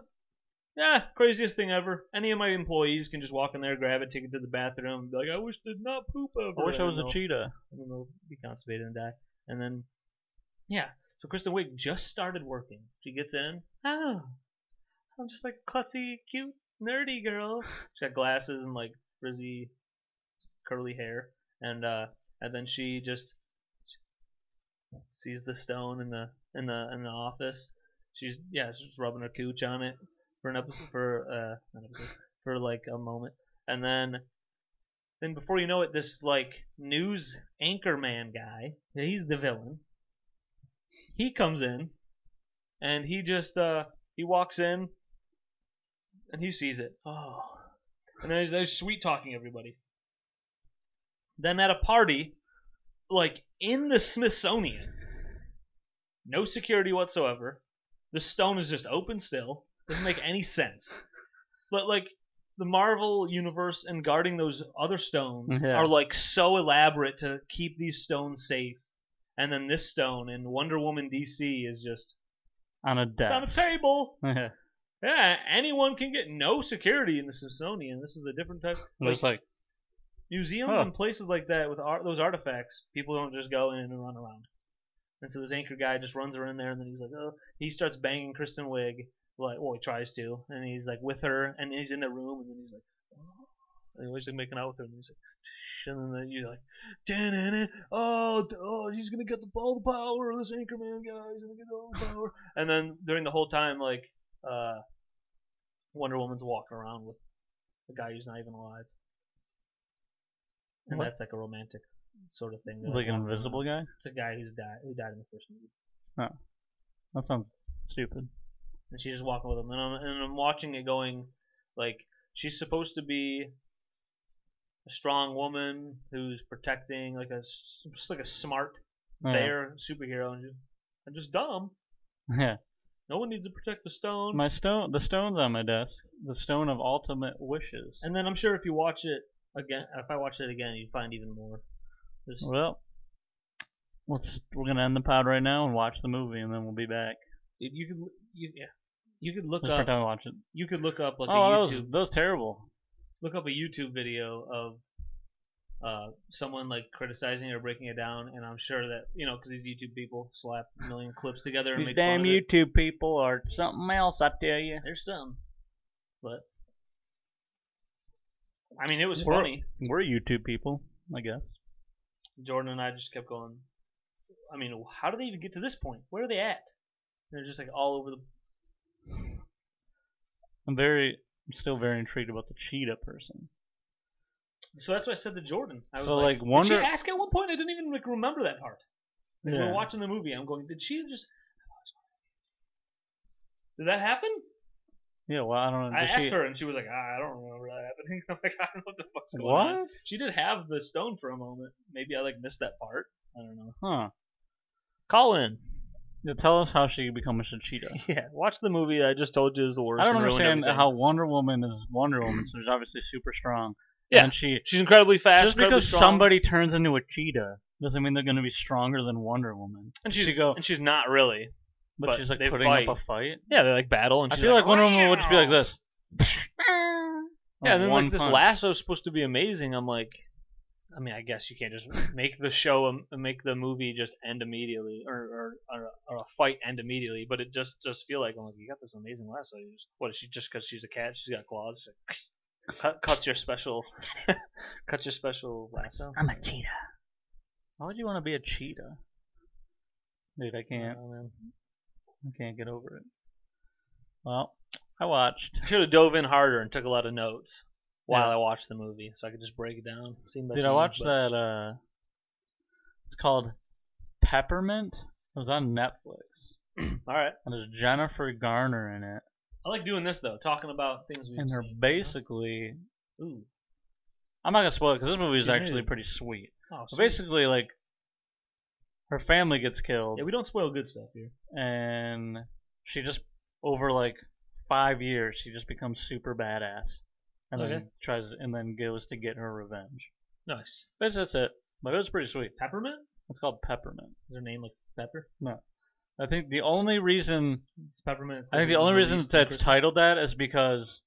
Speaker 2: Yeah, craziest thing ever. Any of my employees can just walk in there, grab it, take it to the bathroom, and be like, I wish did not poop over.
Speaker 1: I wish I
Speaker 2: And
Speaker 1: was
Speaker 2: they'll-
Speaker 1: a cheetah.
Speaker 2: and then they'll be constipated and die. And then, yeah. So Kristen Wiig just started working. She gets in. Oh, I'm just like a klutzy, cute, nerdy girl. She got glasses and like frizzy, curly hair, and uh, and then she just sees the stone in the in the in the office. She's yeah, she's rubbing her cooch on it for an episode for uh not an episode, for like a moment, and then then before you know it, this like news anchor man guy, he's the villain. He comes in, and he just uh he walks in, and he sees it. Oh, and then he's, he's sweet talking everybody. Then at a party, like in the Smithsonian, no security whatsoever. The stone is just open still. Doesn't make any sense. But like the Marvel universe and guarding those other stones
Speaker 1: Yeah.
Speaker 2: are like so elaborate to keep these stones safe. And then this stone in Wonder Woman DC is just
Speaker 1: On a
Speaker 2: it's on a
Speaker 1: desk.
Speaker 2: table.
Speaker 1: [laughs] Yeah.
Speaker 2: Yeah, anyone can get no security in the Smithsonian. This is a different type.
Speaker 1: Looks like
Speaker 2: Museums
Speaker 1: Huh.
Speaker 2: and places like that with ar- those artifacts, people don't just go in and run around. And so this anchor guy just runs her in there, and then he's like, oh, he starts banging Kristen Wiig, like, well, he tries to, and he's like with her, and he's in the room, and then he's like, oh. and he's like making out with her, and he's like, "Shh," and then you're like, "Da-na-na, oh, d- oh, he's gonna get the all the power, this Anchorman guy, he's gonna get all the power. And then during the whole time, like, uh, Wonder Woman's walking around with the guy who's not even alive. And
Speaker 1: What?
Speaker 2: that's like a romantic sort of thing. They're,
Speaker 1: Like an
Speaker 2: walking around.
Speaker 1: invisible guy?
Speaker 2: It's a guy who's died who died in the first movie.
Speaker 1: That sounds stupid.
Speaker 2: and she's just walking with him. And I'm, and I'm watching it going, like, she's supposed to be a strong woman who's protecting, like a s- just like a smart,
Speaker 1: Yeah.
Speaker 2: fair superhero, and, just, and just dumb.
Speaker 1: Yeah. [laughs]
Speaker 2: No one needs to protect the stone.
Speaker 1: My stone, the stone's on my desk. The stone of ultimate wishes.
Speaker 2: and then I'm sure if you watch it again, if I watch it again, you'd find even more. Just,
Speaker 1: Well, let's we're gonna end the pod right now and watch the movie, and then we'll be back.
Speaker 2: if you could, you, yeah, you could look
Speaker 1: Let's
Speaker 2: up.
Speaker 1: pretend we watch it.
Speaker 2: You could look up like a
Speaker 1: oh,
Speaker 2: YouTube.
Speaker 1: that was that was terrible.
Speaker 2: look up a YouTube video of uh, someone like criticizing or breaking it down, and I'm sure that you know because these YouTube people slap a million clips together and
Speaker 1: These
Speaker 2: make
Speaker 1: damn
Speaker 2: fun of it.
Speaker 1: YouTube people are something else, I tell you.
Speaker 2: There's some, but I mean it was
Speaker 1: We're-
Speaker 2: funny.
Speaker 1: We're YouTube people, I guess.
Speaker 2: Jordan and I just kept going. I mean, how did they even get to this point? Where are they at? And They're just like all over the.
Speaker 1: I'm very, I'm still very intrigued about the cheetah person.
Speaker 2: So that's what I said to Jordan. I was
Speaker 1: So, like,
Speaker 2: like,
Speaker 1: Wonder-
Speaker 2: Did she ask at one point? I didn't even like remember that part. Like, We're watching the movie. I'm going. Did she just? Did that happen?
Speaker 1: Yeah. Well, I don't know.
Speaker 2: I
Speaker 1: does
Speaker 2: asked
Speaker 1: she-
Speaker 2: her, and she was like, ah, "I don't remember that happening." [laughs] I'm like, "I don't know what the fuck's going on."
Speaker 1: What?
Speaker 2: She did have the stone for a moment. Maybe I like missed that part. I don't know.
Speaker 1: Huh.
Speaker 2: Call in.
Speaker 1: Yeah, tell us how she becomes a cheetah.
Speaker 2: [laughs] Yeah, watch the movie. I just told you is the worst.
Speaker 1: I don't
Speaker 2: and ruined
Speaker 1: understand
Speaker 2: everything.
Speaker 1: how Wonder Woman is Wonder Woman, so she's obviously super strong.
Speaker 2: Yeah.
Speaker 1: And she
Speaker 2: she's incredibly fast.
Speaker 1: just
Speaker 2: incredibly
Speaker 1: because
Speaker 2: strong,
Speaker 1: somebody turns into a cheetah doesn't mean they're going to be stronger than Wonder Woman.
Speaker 2: and she's
Speaker 1: she go-
Speaker 2: and she's not really.
Speaker 1: But,
Speaker 2: But
Speaker 1: she's like
Speaker 2: they
Speaker 1: putting up
Speaker 2: fight.
Speaker 1: a fight.
Speaker 2: Yeah, they like battle, and
Speaker 1: I
Speaker 2: she's
Speaker 1: feel like, Wonder Woman would just be like this.
Speaker 2: Yeah, and then
Speaker 1: one
Speaker 2: like this
Speaker 1: punch.
Speaker 2: lasso is supposed to be amazing. I'm like, I mean, I guess you can't just [laughs] make the show, um, make the movie just end immediately, or or, or, or a fight end immediately. But it just just feel like I'm like, you got this amazing lasso. You just, what is she just because she's a cat? She's got claws. She's like, [laughs] cut, cuts your special, [laughs] cuts your special lasso.
Speaker 1: I'm a cheetah. Why would you want to be a cheetah? Dude, I can't.
Speaker 2: Oh, man.
Speaker 1: I can't get over it. Well, I watched.
Speaker 2: I should have dove in harder and took a lot of notes while
Speaker 1: Yeah.
Speaker 2: I watched the movie, so I could just break it down. Scene by
Speaker 1: Dude, I
Speaker 2: scene,
Speaker 1: watched
Speaker 2: but-
Speaker 1: that. uh It's called Peppermint. It was on Netflix,
Speaker 2: All right,
Speaker 1: and there's Jennifer Garner in it,
Speaker 2: I like doing this though, talking about things we've
Speaker 1: and they're
Speaker 2: seen, you know?
Speaker 1: basically.
Speaker 2: Ooh.
Speaker 1: I'm not gonna spoil it because this movie is
Speaker 2: She's
Speaker 1: actually
Speaker 2: new.
Speaker 1: pretty sweet.
Speaker 2: Oh,
Speaker 1: But
Speaker 2: sweet.
Speaker 1: basically, like, her family gets killed,
Speaker 2: Yeah, we don't spoil good stuff here.
Speaker 1: and she just over like five years, she just becomes super badass, and
Speaker 2: Okay.
Speaker 1: then tries and then goes to get her revenge.
Speaker 2: Nice.
Speaker 1: That's that's it. But it was pretty sweet.
Speaker 2: Peppermint?
Speaker 1: It's called Peppermint.
Speaker 2: Is her name like Pepper?
Speaker 1: I think the only reason
Speaker 2: It's Peppermint. It's
Speaker 1: I think the
Speaker 2: gonna be
Speaker 1: only reason
Speaker 2: released on
Speaker 1: that's
Speaker 2: Christmas.
Speaker 1: titled that is because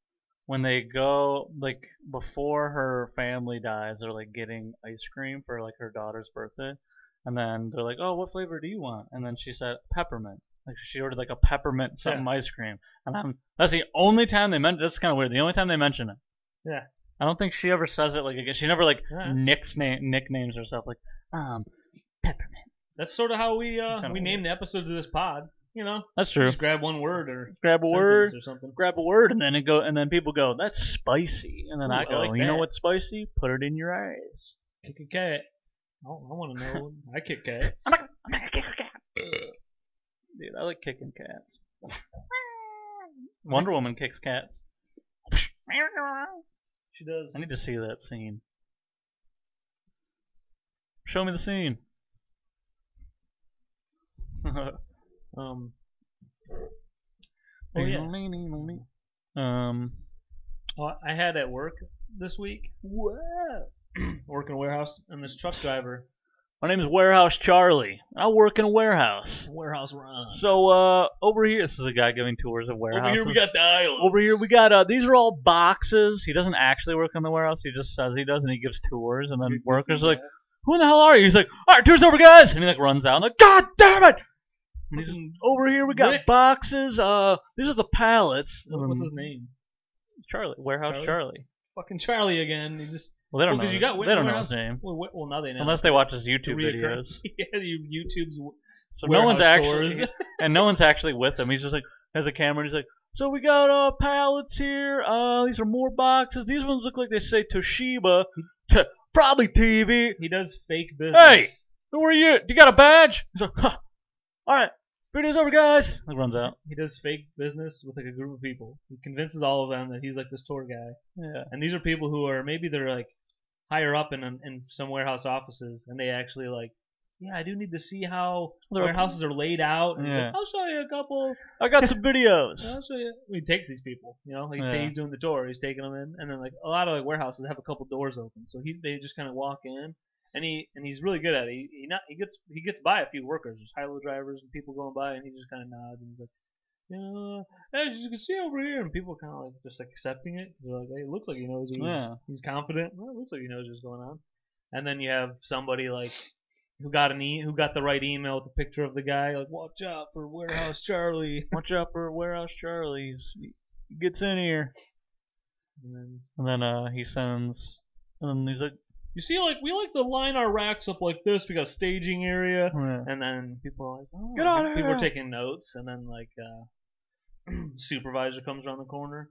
Speaker 1: when they go like before her family dies, they're like getting ice cream for like her daughter's birthday, and then they're like, "Oh, what flavor do you want?" And then she said peppermint. Like she ordered like a peppermint something ice cream, and I'm, that's the only time they mention. That's kind of weird. The only time they mention it.
Speaker 2: Yeah.
Speaker 1: I don't think she ever says it like again. She never like
Speaker 2: Yeah.
Speaker 1: nickna- nicknames herself like um peppermint.
Speaker 2: That's sort of how we uh,
Speaker 1: Kinda
Speaker 2: we name the episode of this pod. You know,
Speaker 1: That's true.
Speaker 2: just grab one word or
Speaker 1: Grab a
Speaker 2: sentence
Speaker 1: word.
Speaker 2: or something.
Speaker 1: grab a word and then it go and then people go that's spicy and then
Speaker 2: Ooh,
Speaker 1: i
Speaker 2: I
Speaker 1: go
Speaker 2: like
Speaker 1: you know
Speaker 2: that."
Speaker 1: what's spicy put it in your eyes
Speaker 2: Kick a cat. Oh, I want to know. I kick cats.
Speaker 1: I'm i'm gonna kick a cat dude i like kicking cats wonder woman kicks cats
Speaker 2: She does.
Speaker 1: i need to see that scene show me the scene [laughs]
Speaker 2: Um. Oh yeah.
Speaker 1: um
Speaker 2: Oh, I had [clears throat] at work this week. Wow. working warehouse, and this truck driver
Speaker 1: My name is Warehouse Charlie. I work in a warehouse.
Speaker 2: Warehouse run.
Speaker 1: So uh, over here, this is a guy giving tours of warehouses.
Speaker 2: Over here we got the islands.
Speaker 1: Over here we got uh, these are all boxes. He doesn't actually work in the warehouse. He just says he does, and he gives tours. And then workers are like, "Who in the hell are you?" He's like, "All right, tours over, guys." And he like runs out. And like, God damn it! And he's
Speaker 2: Fucking-
Speaker 1: over here. We got
Speaker 2: Rick.
Speaker 1: boxes. Uh, these are the pallets.
Speaker 2: What- What's his name?
Speaker 1: Charlie. Warehouse Charlie.
Speaker 2: Charlie? Fucking Charlie again. He just
Speaker 1: Well, they don't
Speaker 2: because
Speaker 1: know.
Speaker 2: you got
Speaker 1: they don't know
Speaker 2: warehouse-
Speaker 1: his name
Speaker 2: Well, wa- well, now they know. [laughs]
Speaker 1: unless they watch his YouTube
Speaker 2: Reoccurring.
Speaker 1: videos.
Speaker 2: yeah, you- YouTube's. w-
Speaker 1: So no one's
Speaker 2: warehouse
Speaker 1: actually, [laughs]
Speaker 2: doors.
Speaker 1: and no one's actually with him. He's just like has a camera. and He's like, so we got uh pallets here. Uh, these are more boxes. These ones look like they say Toshiba, [laughs] T- probably TV.
Speaker 2: he does fake business.
Speaker 1: Who are you? You got a badge? He's like, huh. all right, video's over, guys. He runs out.
Speaker 2: He does fake business with like a group of people. He convinces all of them that he's like this tour guy,
Speaker 1: Yeah.
Speaker 2: and these are people who are maybe they're like higher up in in some warehouse offices, and they actually like. Yeah, I do need to see how the
Speaker 1: They're-
Speaker 2: warehouses are laid out. And he's
Speaker 1: Yeah.
Speaker 2: like, I'll show you a couple.
Speaker 1: I got [laughs] some videos.
Speaker 2: I'll show you. He takes these people, you know, he's,
Speaker 1: Yeah.
Speaker 2: he's doing the tour. He's taking them in, and then like a lot of like warehouses have a couple doors open, so he they just kind of walk in, and he and he's really good at it. He, he not he gets he gets by a few workers, just high low drivers and people going by, and he just kind of nods and he's like, you know, as you can see over here, and people kind of like just accepting it because they're like, hey, it looks like he knows. What he's,
Speaker 1: Yeah.
Speaker 2: he's confident. Well, it looks like he knows what's going on. And then you have somebody like who got an e- who got the right email with a picture of the guy like watch out for warehouse Charlie.
Speaker 1: Watch out for Warehouse Charlie's. He gets in here,
Speaker 2: And then
Speaker 1: and then uh he sends, and he's like,
Speaker 2: You see, like we like to line our racks up like this. We got a staging area,
Speaker 1: yeah.
Speaker 2: and then people are like, oh,
Speaker 1: Get out of
Speaker 2: people
Speaker 1: here.
Speaker 2: are taking notes, and then like uh, [clears throat] supervisor comes around the corner,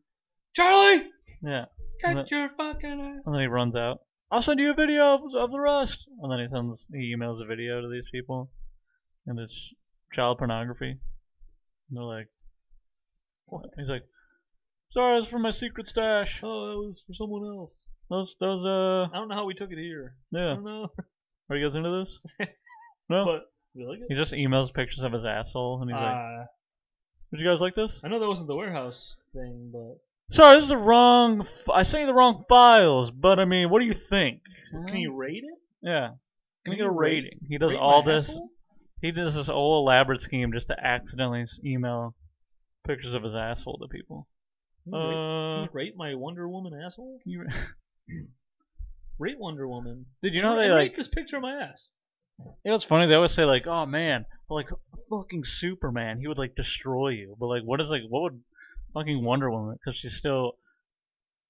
Speaker 2: Charlie,
Speaker 1: yeah.
Speaker 2: get
Speaker 1: Right.
Speaker 2: your fucking ass.
Speaker 1: And then he runs out. I'll send you a video of, of the rest. And then he sends, he emails a video to these people, and it's child pornography. And they're like, what? He's like, sorry, that's from my secret stash.
Speaker 2: Oh, that was for someone else.
Speaker 1: Those, those, uh,
Speaker 2: I don't know how we took it here. I
Speaker 1: yeah.
Speaker 2: don't know, [laughs]
Speaker 1: Are you guys into this? No.
Speaker 2: but we like it.
Speaker 1: he just emails pictures of his asshole, and he's like,
Speaker 2: Uh,
Speaker 1: "Did you guys like this?"
Speaker 2: I know that wasn't the warehouse thing, but
Speaker 1: Sorry, this is the wrong. F- I sent you the wrong files, but I mean, what do you think?
Speaker 2: can you rate it?
Speaker 1: Yeah. Can
Speaker 2: Can
Speaker 1: we get a
Speaker 2: you rate-
Speaker 1: rating? He does
Speaker 2: Rate
Speaker 1: all
Speaker 2: my
Speaker 1: this.
Speaker 2: asshole?
Speaker 1: He does this whole elaborate scheme just to accidentally s- email pictures of his asshole to people.
Speaker 2: Can you rate- can
Speaker 1: Uh,
Speaker 2: [laughs] you rate my Wonder Woman asshole?
Speaker 1: you,
Speaker 2: Rate Wonder Woman.
Speaker 1: did you know
Speaker 2: Hey,
Speaker 1: they
Speaker 2: rate
Speaker 1: like?
Speaker 2: this picture of my ass.
Speaker 1: You know, it's funny. They always say like, "Oh man, like fucking Superman, he would like destroy you." But like, what is like, what would fucking Wonder Woman? Because she's still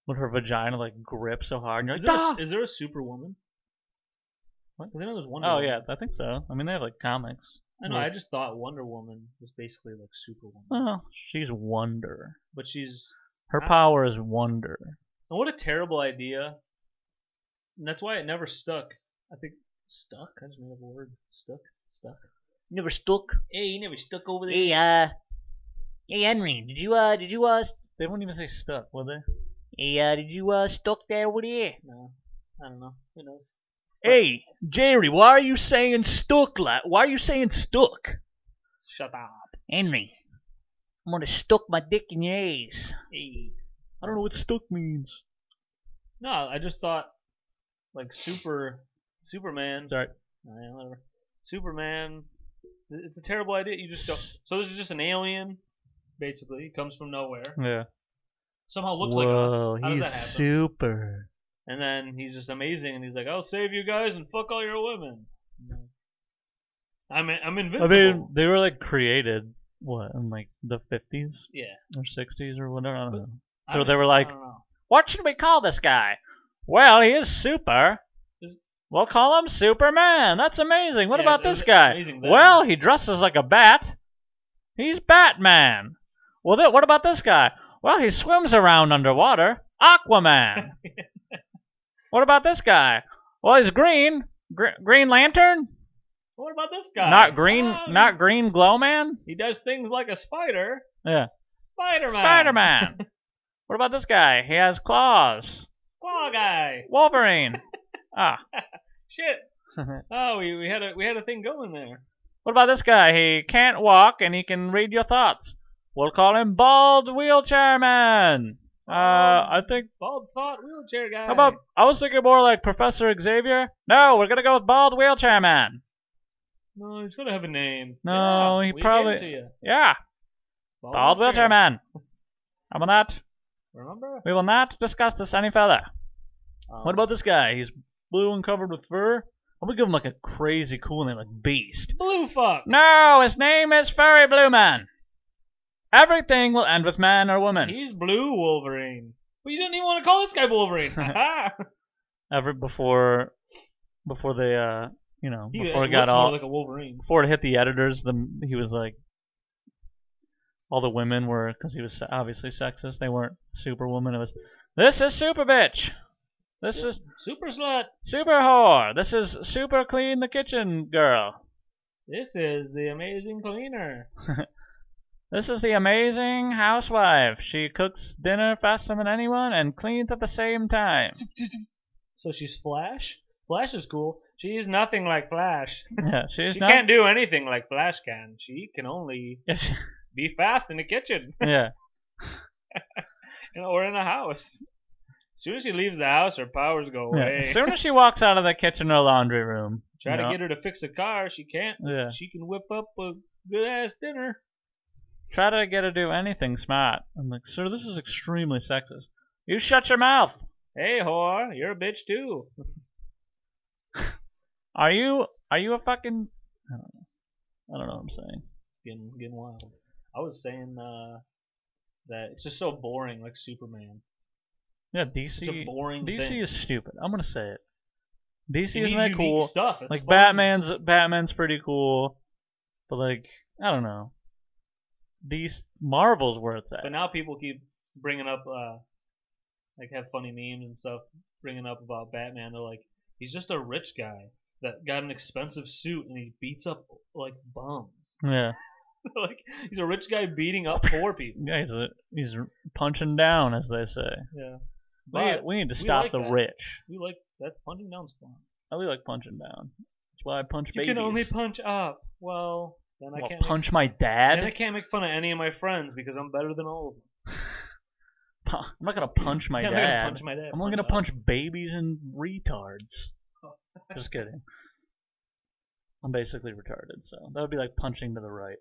Speaker 1: would her vagina like grip so hard, and you're
Speaker 2: Is
Speaker 1: like,
Speaker 2: there,
Speaker 1: "Ah!"
Speaker 2: a, is there a Superwoman?
Speaker 1: What?
Speaker 2: Because I know there's Wonder
Speaker 1: Oh
Speaker 2: Woman.
Speaker 1: yeah, I think so. I mean, they have like comics.
Speaker 2: I know,
Speaker 1: Like,
Speaker 2: I just thought Wonder Woman was basically like Superwoman.
Speaker 1: Oh, she's wonder.
Speaker 2: But she's.
Speaker 1: Her
Speaker 2: I-
Speaker 1: power is wonder.
Speaker 2: And what a terrible idea. And that's why it never stuck. I think. Stuck? I just made up a word. Stuck? Stuck?
Speaker 1: Never stuck.
Speaker 2: Hey, you never stuck over there.
Speaker 1: uh, hey Henry, did you uh, did you uh? They wouldn't even say stuck, would they?
Speaker 3: Hey, uh, did you uh stuck there over there?
Speaker 2: No. I don't know. Who knows?
Speaker 1: Hey Jerry, why are you saying stuck? Like, why are you saying stuck?
Speaker 2: Shut up.
Speaker 3: Henry, I'm gonna stuck my dick in your ass.
Speaker 2: Hey.
Speaker 1: I don't know what stuck means.
Speaker 2: No, I just thought like Super Superman.
Speaker 1: Sorry.
Speaker 2: Oh, yeah, whatever. Superman. th- It's a terrible idea. You just don't. So this is just an alien, basically. He comes from nowhere.
Speaker 1: Yeah.
Speaker 2: Somehow looks
Speaker 1: Whoa,
Speaker 2: like us. How does
Speaker 1: he's
Speaker 2: that happen?
Speaker 1: super.
Speaker 2: and then he's just amazing, and he's like, "I'll save you guys and fuck all your women." I'm I'm
Speaker 1: I
Speaker 2: invincible.
Speaker 1: mean, they were like created what in like the 50s
Speaker 2: yeah.
Speaker 1: or 60s or whatever. I don't know.
Speaker 2: I
Speaker 1: So
Speaker 2: don't-
Speaker 1: they were like,
Speaker 2: I don't know.
Speaker 1: What should we call this guy? Well, he is super.
Speaker 2: Is-
Speaker 1: We'll call him Superman. That's amazing. What
Speaker 2: Yeah,
Speaker 1: about
Speaker 2: it was
Speaker 1: this guy?
Speaker 2: amazing then.
Speaker 1: Well, he dresses like a bat. He's Batman. Well, th- what about this guy? Well, he swims around underwater. Aquaman.
Speaker 2: [laughs]
Speaker 1: what about this guy? Well, he's green. Gr- green Lantern?
Speaker 2: What about this guy?
Speaker 1: Not green.
Speaker 2: Ah,
Speaker 1: Not green Glowman.
Speaker 2: He does things like a spider.
Speaker 1: Yeah.
Speaker 2: Spider-Man. [laughs]
Speaker 1: Spider Man. what about this guy? He has claws.
Speaker 2: Claw guy.
Speaker 1: Wolverine.
Speaker 2: [laughs]
Speaker 1: ah. [laughs]
Speaker 2: Shit. Oh, we, we had a we had a thing going there.
Speaker 1: What about this guy? He can't walk and he can read your thoughts. We'll call him Bald Wheelchair Man. Uh, I think.
Speaker 2: Bald thought wheelchair guy.
Speaker 1: How about? I was thinking more like Professor Xavier. No, we're gonna go with Bald Wheelchair Man.
Speaker 2: No, he's gotta have a name.
Speaker 1: No,
Speaker 2: Yeah,
Speaker 1: he
Speaker 2: we gave
Speaker 1: probably-
Speaker 2: it to you.
Speaker 1: Yeah,
Speaker 2: Bald,
Speaker 1: Bald Wheelchair Man. I will not.
Speaker 2: Remember?
Speaker 1: We will not discuss this any further.
Speaker 2: Um,
Speaker 1: What about this guy? He's blue and covered with fur. I'm gonna give him like a crazy cool name, like Beast.
Speaker 2: Blue Fuck?
Speaker 1: No, his name is Furry Blue Man. Everything will end with man or woman.
Speaker 2: He's Blue Wolverine. But you didn't even want to call this guy
Speaker 1: [laughs]
Speaker 2: Wolverine. [laughs] Ha ha.
Speaker 1: Ever before, before they, uh, you know,
Speaker 2: He
Speaker 1: before it
Speaker 2: looks
Speaker 1: got
Speaker 2: more
Speaker 1: all,
Speaker 2: like a Wolverine.
Speaker 1: before it hit the editors, the he was like, all the women were because he was se- obviously sexist. They weren't Superwoman. It was, this is Super Bitch. This
Speaker 2: Yeah.
Speaker 1: is
Speaker 2: Super Slut.
Speaker 1: Super Whore. This is Super Clean the Kitchen Girl.
Speaker 2: This is the amazing cleaner.
Speaker 1: This is the amazing housewife. She cooks dinner faster than anyone and cleans at the same time.
Speaker 2: So she's Flash. Flash is cool. She's nothing like Flash.
Speaker 1: [laughs] Yeah, she's
Speaker 2: she
Speaker 1: not.
Speaker 2: can't do anything like Flash can. She can only
Speaker 1: [laughs]
Speaker 2: [laughs]
Speaker 1: Yeah, she-
Speaker 2: be fast in the kitchen [laughs]
Speaker 1: yeah.
Speaker 2: or in the house. As soon as she leaves the house, her powers go
Speaker 1: yeah.
Speaker 2: away.
Speaker 1: As soon as she walks out of the kitchen or laundry room,
Speaker 2: Try to
Speaker 1: you know,
Speaker 2: get her to fix a car. She can't.
Speaker 1: Yeah.
Speaker 2: She can whip up a good ass dinner.
Speaker 1: Try to get her to do anything smart. I'm like, sir, this is extremely sexist. You shut your mouth.
Speaker 2: Hey, whore, you're a bitch too.
Speaker 1: Are you? Are you a fucking? I don't know. I don't know what I'm saying.
Speaker 2: Getting, getting wild. I was saying uh, that it's just so boring, like Superman.
Speaker 1: Yeah,
Speaker 2: It's a
Speaker 1: DC.
Speaker 2: boring
Speaker 1: DC
Speaker 2: thing.
Speaker 1: is stupid. I'm gonna say it. DC
Speaker 2: You
Speaker 1: isn't
Speaker 2: need
Speaker 1: that
Speaker 2: unique
Speaker 1: cool.
Speaker 2: Stuff. It's
Speaker 1: like
Speaker 2: fun.
Speaker 1: Batman's Batman's pretty cool, but like I don't know. These Marvel's worth
Speaker 2: But
Speaker 1: it.
Speaker 2: now people keep bringing up, uh, like, have funny memes and stuff, bringing up about Batman. They're like, he's just a rich guy that got an expensive suit and he beats up like bums. [laughs]
Speaker 1: Yeah,
Speaker 2: like, he's a rich guy beating up poor
Speaker 1: [laughs]
Speaker 2: people.
Speaker 1: yeah, he's a, uh, he's punching down, as they say.
Speaker 2: Yeah,
Speaker 1: We,
Speaker 2: but
Speaker 1: we need to
Speaker 2: we
Speaker 1: stop
Speaker 2: like
Speaker 1: the
Speaker 2: that.
Speaker 1: rich.
Speaker 2: we like that punching down's fun.
Speaker 1: I really like punching down. That's why I punch
Speaker 2: You
Speaker 1: babies.
Speaker 2: can only punch up. Well, then I
Speaker 1: Well,
Speaker 2: can't. make-
Speaker 1: punch my
Speaker 2: then I
Speaker 1: dad.
Speaker 2: can't make fun of any of my friends because I'm better than all of them.
Speaker 1: Pu- I'm not gonna punch my
Speaker 2: Yeah, [laughs] I'm not gonna
Speaker 1: dad.
Speaker 2: punch my dad.
Speaker 1: I'm only gonna
Speaker 2: up.
Speaker 1: punch babies and retards.
Speaker 2: [laughs]
Speaker 1: Just kidding. I'm basically retarded, so that would be like punching to the right,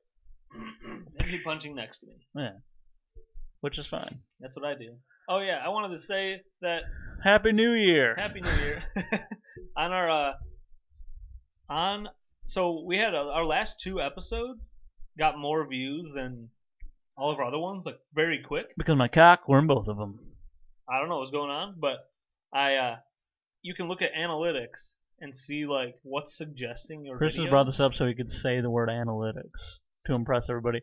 Speaker 2: Then he punching next to me.
Speaker 1: which is fine.
Speaker 2: That's what I do. Oh yeah, I wanted to say that
Speaker 1: Happy New Year.
Speaker 2: Happy New Year [laughs] on our uh on so we had uh our last two episodes got more views than all of our other ones like very quick.
Speaker 1: Because my cock, we're in both of them.
Speaker 2: I don't know what's going on, but I uh you can look at analytics and see like what's suggesting your
Speaker 1: Chris has
Speaker 2: video.
Speaker 1: brought this up so he could say the word analytics to impress everybody.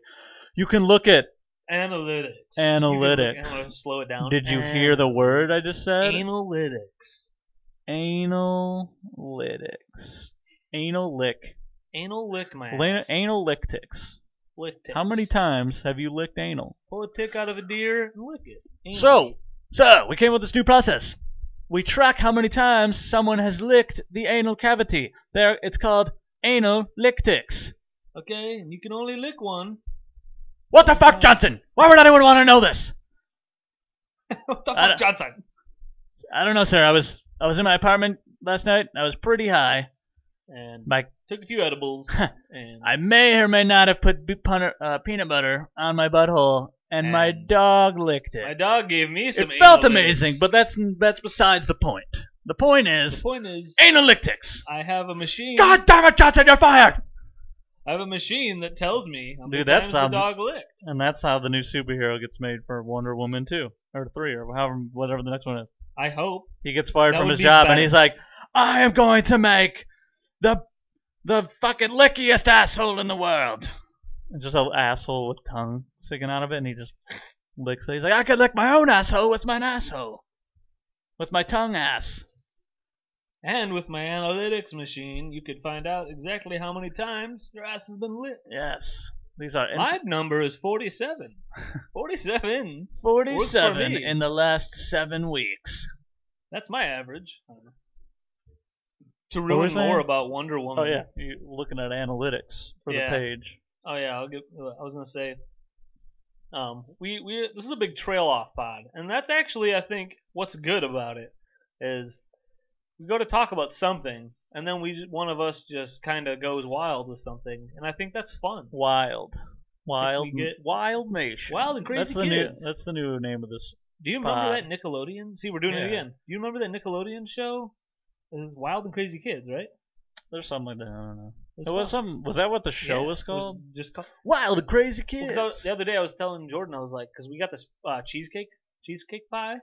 Speaker 1: You can look at.
Speaker 2: analytics. You can look-
Speaker 1: Analytics.
Speaker 2: I'm gonna slow it down.
Speaker 1: Did you hear the word I just said?
Speaker 2: analytics?
Speaker 1: Analytics. Anal lick.
Speaker 2: Anal lick my
Speaker 1: Lana-
Speaker 2: ass.
Speaker 1: Anal lictics.
Speaker 2: lick tits.
Speaker 1: How many times have you licked anal?
Speaker 2: Pull a tick out of a deer and lick it. Anal
Speaker 1: So, so we came up with this new process. We track how many times someone has licked the anal cavity. There, it's called anal lictics.
Speaker 2: Okay, and you can only lick one. [laughs]
Speaker 1: What the fuck, Johnson? Why would anyone want to know this?
Speaker 2: what the
Speaker 1: I
Speaker 2: fuck,
Speaker 1: don't-
Speaker 2: Johnson?
Speaker 1: I don't know, sir. I was I was in my apartment last night. I was pretty high.
Speaker 2: And
Speaker 1: My
Speaker 2: took a few
Speaker 1: [laughs]
Speaker 2: edibles. and
Speaker 1: I may or may not have put be- punner, uh, peanut butter on my butthole, and, my
Speaker 2: And
Speaker 1: dog licked
Speaker 2: my
Speaker 1: it.
Speaker 2: dog gave me some.
Speaker 1: It felt
Speaker 2: anal
Speaker 1: amazing,
Speaker 2: licks.
Speaker 1: but that's that's besides the point. The point
Speaker 2: the
Speaker 1: is
Speaker 2: point is,
Speaker 1: analytics.
Speaker 2: I have a machine.
Speaker 1: [laughs] God damn it, Johnson, you're fired.
Speaker 2: I have a machine that tells me how many
Speaker 1: Dude, that's
Speaker 2: times
Speaker 1: not-
Speaker 2: the dog licked.
Speaker 1: And that's how the new superhero gets made for Wonder Woman two or three or however whatever the next one is.
Speaker 2: I hope.
Speaker 1: He gets fired
Speaker 2: That
Speaker 1: from
Speaker 2: would
Speaker 1: his
Speaker 2: be
Speaker 1: job, and
Speaker 2: better.
Speaker 1: he's like, "I am going to make the the fucking lickiest asshole in the world." It's just an asshole with tongue sticking out of it, and he just licks it. He's like, "I could lick my own asshole with my asshole, with my tongue ass."
Speaker 2: And with my analytics machine, you could find out exactly how many times your ass has been licked.
Speaker 1: Yes, these are in-
Speaker 2: My number is
Speaker 1: [laughs]
Speaker 2: 47. 47.
Speaker 1: forty-seven
Speaker 2: me.
Speaker 1: in the last seven weeks.
Speaker 2: That's my average. To
Speaker 1: were
Speaker 2: ruin
Speaker 1: you
Speaker 2: more
Speaker 1: saying?
Speaker 2: about Wonder Woman.
Speaker 1: Oh yeah, you looking at analytics for
Speaker 2: Yeah. uh,
Speaker 1: the page?
Speaker 2: Oh yeah, I'll get. I was gonna say, Um, we, we this is a big trail off pod, and that's actually I think what's good about it is we go to talk about something, and then we one of us just kind of goes wild with something, and I think that's fun.
Speaker 1: Wild, wild,
Speaker 2: get-
Speaker 1: wild nation.
Speaker 2: Wild and crazy
Speaker 1: that's the
Speaker 2: kids.
Speaker 1: New, that's the new name of this.
Speaker 2: Do you remember
Speaker 1: pod.
Speaker 2: that Nickelodeon? See, we're doing
Speaker 1: Yeah.
Speaker 2: it again. Do you remember that Nickelodeon show? It was Wild and Crazy Kids, right?
Speaker 1: There's something like that. I don't know.
Speaker 2: It
Speaker 1: It was
Speaker 2: fun.
Speaker 1: some. Was that what the show
Speaker 2: Yeah,
Speaker 1: was
Speaker 2: it
Speaker 1: called?
Speaker 2: just called.
Speaker 1: Wild and crazy
Speaker 2: Well,
Speaker 1: kids.
Speaker 2: 'cause I was- the other day I was telling Jordan I was like, because we got this uh, cheesecake cheesecake pie,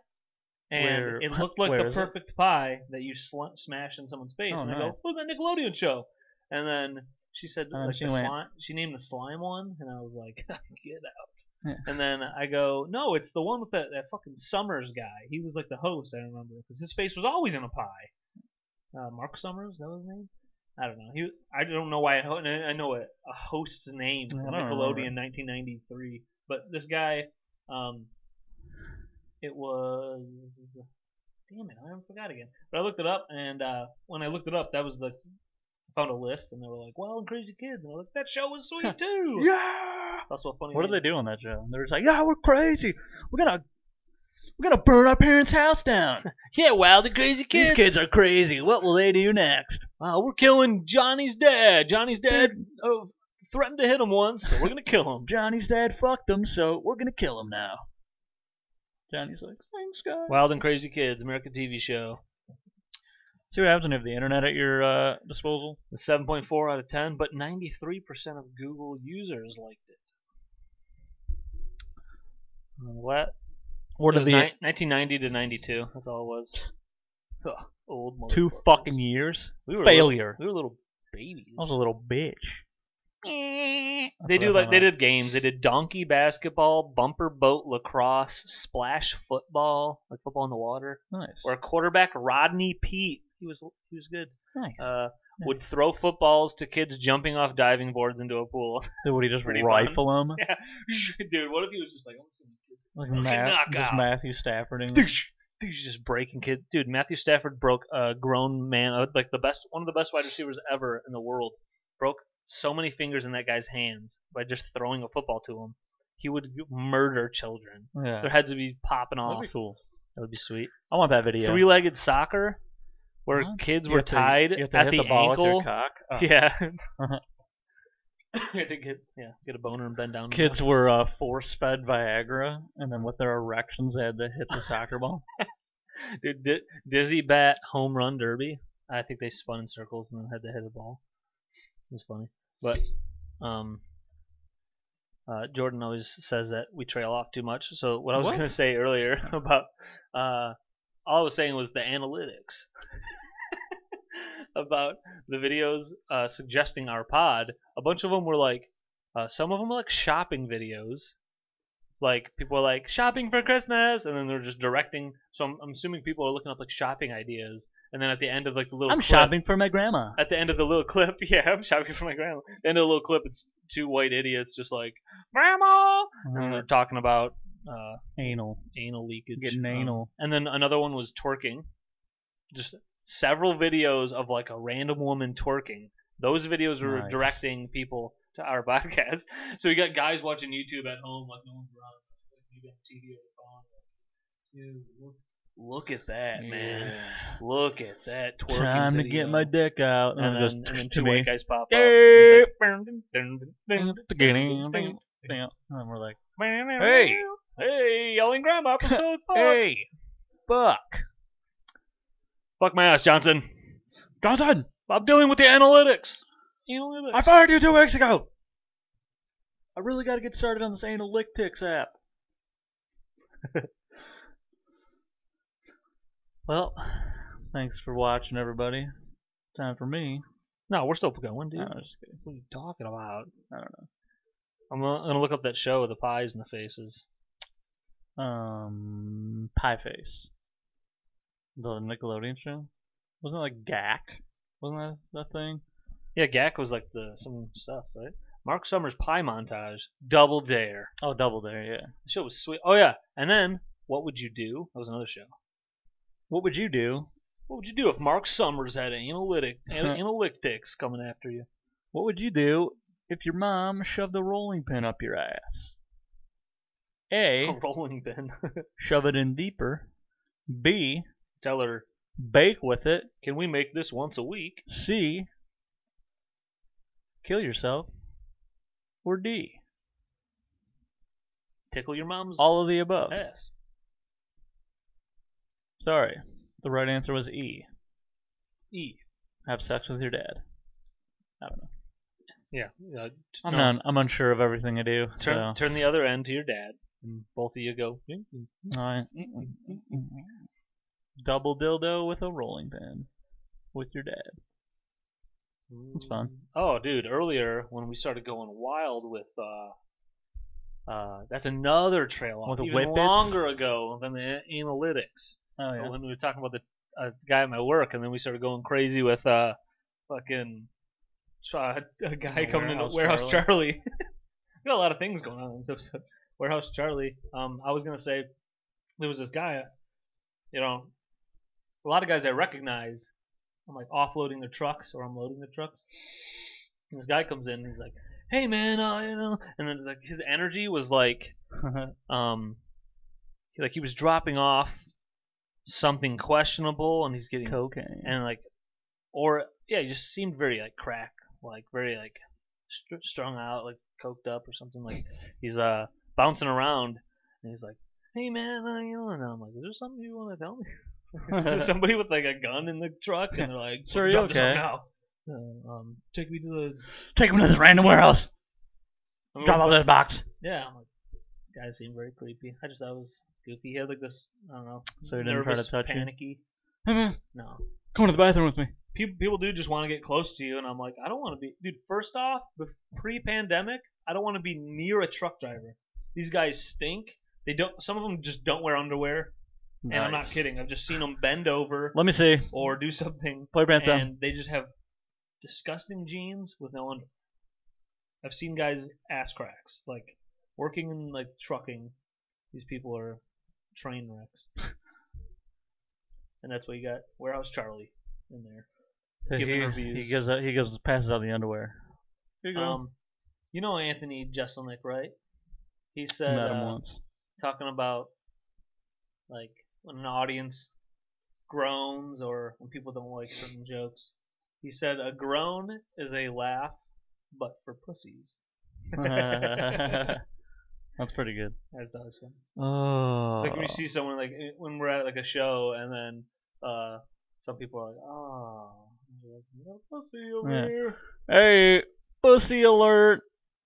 Speaker 2: and
Speaker 1: Where- [laughs]
Speaker 2: it looked like
Speaker 1: where
Speaker 2: the
Speaker 1: is it?
Speaker 2: perfect pie that you sl- smash in someone's face.
Speaker 1: Oh,
Speaker 2: and I
Speaker 1: nice.
Speaker 2: go, "Oh, that Nickelodeon show," and then she said,
Speaker 1: And then
Speaker 2: like,
Speaker 1: she
Speaker 2: the
Speaker 1: went-
Speaker 2: slime, she named the slime one, and I was like, [laughs] "Get out!"
Speaker 1: Yeah.
Speaker 2: And then I go, "No, it's the one with that, that fucking Summers guy. He was like the host. I remember because his face was always in a pie. Uh, Mark Summers, that was his name." I don't know. He, I don't know why. I, ho- I know a, a host's name.
Speaker 1: I don't
Speaker 2: Nickelodeon, 1993. But this guy, um, it was. Damn it, I forgot again. But I looked it up, and uh, when I looked it up, that was the. I found a list, and they were like, "Wild and Crazy Kids," and I was like, "That show was sweet [laughs] too."
Speaker 1: yeah.
Speaker 2: That's what funny.
Speaker 1: What did
Speaker 2: name.
Speaker 1: they do on that show? They were just like, yeah, we're crazy. We're gonna. We're gonna burn our parents' house [laughs] down.
Speaker 2: Yeah, Wild and Crazy Kids.
Speaker 1: These kids are crazy. What will they do next?
Speaker 2: Wow, we're killing Johnny's dad. Johnny's dad oh, threatened to hit him once, so we're gonna kill him.
Speaker 1: Johnny's dad fucked them, so we're gonna kill him now. Johnny's like, thanks, guys.
Speaker 2: Wild and Crazy Kids, American TV show.
Speaker 1: See what happens when you have the internet at your uh, disposal.
Speaker 2: The 7.4 out of 10, but 93% of Google users liked it.
Speaker 1: What?
Speaker 2: Uh, It
Speaker 1: What are
Speaker 2: was
Speaker 1: the
Speaker 2: ni- 1990 to 92. That's all it was. Ugh, old
Speaker 1: two
Speaker 2: motherfuckers.
Speaker 1: fucking years?
Speaker 2: we were
Speaker 1: Failure.
Speaker 2: Little, we were little babies.
Speaker 1: I was a little bitch.
Speaker 2: they do
Speaker 1: That's
Speaker 2: like
Speaker 1: not
Speaker 2: they
Speaker 1: right.
Speaker 2: did games. They did donkey basketball, bumper boat lacrosse, splash football, like football in the water.
Speaker 1: Nice.
Speaker 2: Or quarterback Rodney Pete. He was he was good.
Speaker 1: nice.
Speaker 2: Uh, would throw footballs to kids jumping off diving boards into a pool. [laughs]
Speaker 1: Then would he just
Speaker 2: pretty
Speaker 1: rifle [laughs] him?
Speaker 2: [laughs] Dude, what if he was just like, I'm just gonna kids
Speaker 1: Like
Speaker 2: Fucking
Speaker 1: Matt,
Speaker 2: knockout.
Speaker 1: just Matthew Staffording.
Speaker 2: Dude, he's just breaking kids. Dude, Matthew Stafford broke a grown man, uh, like the best, one of the best wide receivers ever in the world. Broke so many fingers in that guy's hands by just throwing a football to him. He would murder children. Their
Speaker 1: Yeah.
Speaker 2: heads would be popping
Speaker 1: That'd
Speaker 2: off.
Speaker 1: be cool.
Speaker 2: that would be sweet.
Speaker 1: I want that video.
Speaker 2: Three-legged soccer, where
Speaker 1: Huh?
Speaker 2: kids
Speaker 1: You
Speaker 2: were
Speaker 1: have to-
Speaker 2: tied
Speaker 1: you have to
Speaker 2: at
Speaker 1: hit
Speaker 2: the,
Speaker 1: ball with your
Speaker 2: ankle.
Speaker 1: cock. Oh.
Speaker 2: [laughs] Yeah. You had to get yeah get a boner and bend down. and
Speaker 1: [laughs] Kids were uh, force-fed Viagra, and then with their erections, they had to hit the soccer ball.
Speaker 2: Dude, di- dizzy bat home run derby. I think they spun in circles and then had to hit a ball. It was funny, but um, uh, Jordan always says that we trail off too much. So what I was
Speaker 1: What?
Speaker 2: going to say earlier [laughs] about uh, all I was saying was the analytics [laughs] about the videos uh, suggesting our pod. A bunch of them were like, uh, some of them were like shopping videos like people are like shopping for Christmas, and then they're just directing. So I'm, I'm assuming people are looking up like shopping ideas, and then at the end of like the little
Speaker 1: [laughs] I'm
Speaker 2: clip,
Speaker 1: shopping for my grandma.
Speaker 2: At the end of the little clip, [laughs] yeah, I'm shopping for my grandma. The end of the little clip, it's two white idiots just like grandma, and
Speaker 1: Uh-huh.
Speaker 2: then they're talking about uh,
Speaker 1: anal.
Speaker 2: anal leakage,
Speaker 1: Getting
Speaker 2: um,
Speaker 1: anal.
Speaker 2: and then another one was twerking. Just several videos of like a random woman twerking. Those videos were
Speaker 1: Nice.
Speaker 2: directing people to our [laughs] podcast. So we got guys watching YouTube at home, like no one's around, like you got TV or the phone. Dude, look, look at that, man! Look at that twerking.
Speaker 1: Time to
Speaker 2: video.
Speaker 1: get my Oh, dick out.
Speaker 2: And, then, and then two white guys pop up.
Speaker 1: Derp.
Speaker 2: And it's
Speaker 1: And we're like,
Speaker 2: like,
Speaker 1: Hey.
Speaker 2: hey, yelling grandma
Speaker 1: [laughs]
Speaker 2: episode four.
Speaker 1: fuck.
Speaker 2: Fuck my ass, Johnson.
Speaker 1: Johnson,
Speaker 2: I'm dealing with the analytics. Analytics.
Speaker 1: I fired you two weeks ago. I really got to get started on this analytics app. [laughs] well, thanks for watching, everybody. Time for me.
Speaker 2: no, we're still going, dude.
Speaker 1: No, I'm just kidding.
Speaker 2: Oh, What are you talking about?
Speaker 1: I don't know.
Speaker 2: I'm gonna, I'm gonna look up that show with the pies and the faces.
Speaker 1: Um, Pie Face. The Nickelodeon show? Wasn't it like Gak? Wasn't that that thing?
Speaker 2: Yeah, Gak was like the some stuff, right? Mark Summers pie montage, Double Dare.
Speaker 1: Oh, Double Dare, yeah.
Speaker 2: The show was sweet. Oh yeah, and then what would you do? That was another show.
Speaker 1: What would you do?
Speaker 2: What would you do if Mark Summers had [laughs] analytic an- analytics coming after you?
Speaker 1: What would you do if your mom shoved a rolling pin up your ass? A.
Speaker 2: A rolling pin.
Speaker 1: Shove it in deeper. B.
Speaker 2: [laughs] Tell her,
Speaker 1: Bake with it.
Speaker 2: can we make this once a week?
Speaker 1: C. Kill yourself. Or D.
Speaker 2: Tickle your mom's
Speaker 1: All of the above.
Speaker 2: ass.
Speaker 1: Sorry. The right answer was E.
Speaker 2: E.
Speaker 1: Have sex with your dad. I don't know.
Speaker 2: Yeah. Uh, t-
Speaker 1: I'm
Speaker 2: no.
Speaker 1: not. I'm unsure of everything I do.
Speaker 2: Turn,
Speaker 1: so.
Speaker 2: turn the other end to your dad, and both of you go. "Mm, mm, mm."
Speaker 1: Alright. [laughs] Double dildo with a rolling pin. With your dad. It's fun.
Speaker 2: Oh, dude! Earlier when we started going wild with, uh, uh, that's another trail off.
Speaker 1: With the
Speaker 2: even
Speaker 1: whippets?
Speaker 2: longer ago than the a- analytics.
Speaker 1: Oh yeah. [laughs]
Speaker 2: When we were talking about the uh, guy at my work, and then we started going crazy with, uh, fucking, try, a guy
Speaker 1: Oh,
Speaker 2: coming into
Speaker 1: Warehouse
Speaker 2: warehouse Charlie. [laughs]
Speaker 1: Charlie.
Speaker 2: we got a lot of things going on in this episode. Warehouse Charlie. Um, I was gonna say there was this guy, you know, a lot of guys I recognize. I'm like offloading their trucks or I'm loading their trucks. And this guy comes in and he's like, "Hey man, uh, you know," and then like his energy was like, um, he- like he was dropping off something questionable and he's getting
Speaker 1: Cocaine.
Speaker 2: and like, or yeah, he just seemed very like crack, like very like str strung out, like coked up or something. Like he's uh bouncing around, and he's like, "Hey man, uh, you know," and I'm like, "Is there something you want to tell me?" [laughs] Is
Speaker 1: [laughs]
Speaker 2: there somebody with like a gun in the truck, and they're like,
Speaker 1: Sir, are you
Speaker 2: "Drop this
Speaker 1: okay?"
Speaker 2: off now." Uh, um, take me to the.
Speaker 1: Take him to this random warehouse.
Speaker 2: I mean,
Speaker 1: Drop off this box.
Speaker 2: Yeah, I'm like, this guy seemed very creepy. I just thought it was goofy. He had like this, I don't know,
Speaker 1: So he didn't try to
Speaker 2: nervous,
Speaker 1: touch you?
Speaker 2: panicky.
Speaker 1: Hey
Speaker 2: Mm-hmm.
Speaker 1: man,
Speaker 2: No,
Speaker 1: come to the bathroom with me.
Speaker 2: people people do just want to get close to you, and I'm like, I don't want to be, dude. First off, pre pandemic, I don't want to be near a truck driver. These guys stink. They don't. Some of them just don't wear underwear, and I'm not
Speaker 1: Nice.
Speaker 2: kidding. I've just seen them bend over
Speaker 1: Let me see.
Speaker 2: or do something,
Speaker 1: Play Branson.
Speaker 2: and they just have disgusting jeans with no underwear. I've seen guys ass cracks, like working in like trucking. These people are train wrecks, and that's what you got. Warehouse Charlie in there.
Speaker 1: So
Speaker 2: giving
Speaker 1: he,
Speaker 2: reviews.
Speaker 1: he gives out, he gives passes out the underwear. Here you go.
Speaker 2: Um, you know Anthony Jeselnik, right? He said
Speaker 1: Met him
Speaker 2: uh, [laughs]
Speaker 1: once. [laughs]
Speaker 2: talking about like when an audience groans or when people don't like certain jokes. He said a groan is a laugh, but for pussies.
Speaker 1: That's pretty good.
Speaker 2: As that was fun.
Speaker 1: Oh.
Speaker 2: It's like when you see someone like eh, when we're at like a show and then uh, some people are like, oh, like, "You got a pussy over
Speaker 1: Yeah.
Speaker 2: here.
Speaker 1: hey, pussy alert.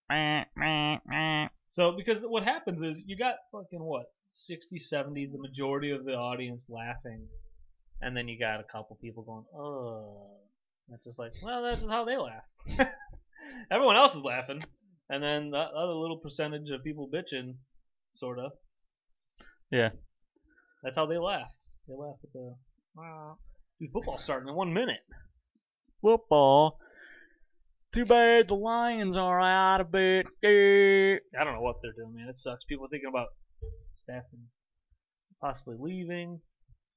Speaker 1: Meh, meh, meh.
Speaker 2: So, because what happens is you got fucking what? 60, 70, the majority of the audience laughing. And then you got a couple people going, oh. It's just like, well, that's just how they laugh. [laughs] Everyone else is laughing. And then the other little percentage of people bitching, sort of.
Speaker 1: Yeah.
Speaker 2: That's how they laugh. They laugh at the, wow. Dude, football's starting in one minute.
Speaker 1: Football. Too bad the Lions are out of it. Eh.
Speaker 2: I don't know what they're doing, man. It sucks. People thinking about staffing, possibly leaving.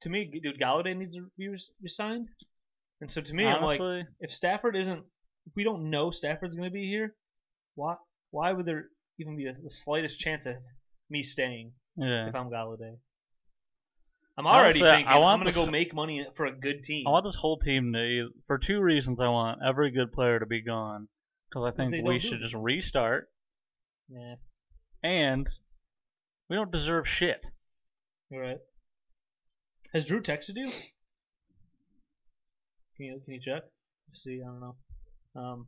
Speaker 2: To me, dude, Galladay needs to be res- resigned. And so to me, I'm like,
Speaker 1: Honestly,
Speaker 2: if Stafford isn't, if we don't know Stafford's going to be here, why why would there even be a, the slightest chance of me staying
Speaker 1: yeah.
Speaker 2: if I'm Galladay? I'm already
Speaker 1: Honestly, I
Speaker 2: thinking I
Speaker 1: want
Speaker 2: am going
Speaker 1: the
Speaker 2: to go
Speaker 1: st-
Speaker 2: make money for a good team.
Speaker 1: I want this whole team to, eith- for two reasons, I want every good player to be gone. Because I
Speaker 2: they
Speaker 1: think
Speaker 2: don't
Speaker 1: we
Speaker 2: do
Speaker 1: should
Speaker 2: it.
Speaker 1: just restart,
Speaker 2: Nah,
Speaker 1: and we don't
Speaker 2: [laughs]
Speaker 1: deserve shit.
Speaker 2: you're right. Has Drew texted you? Can you can you check? See, I don't know. Um,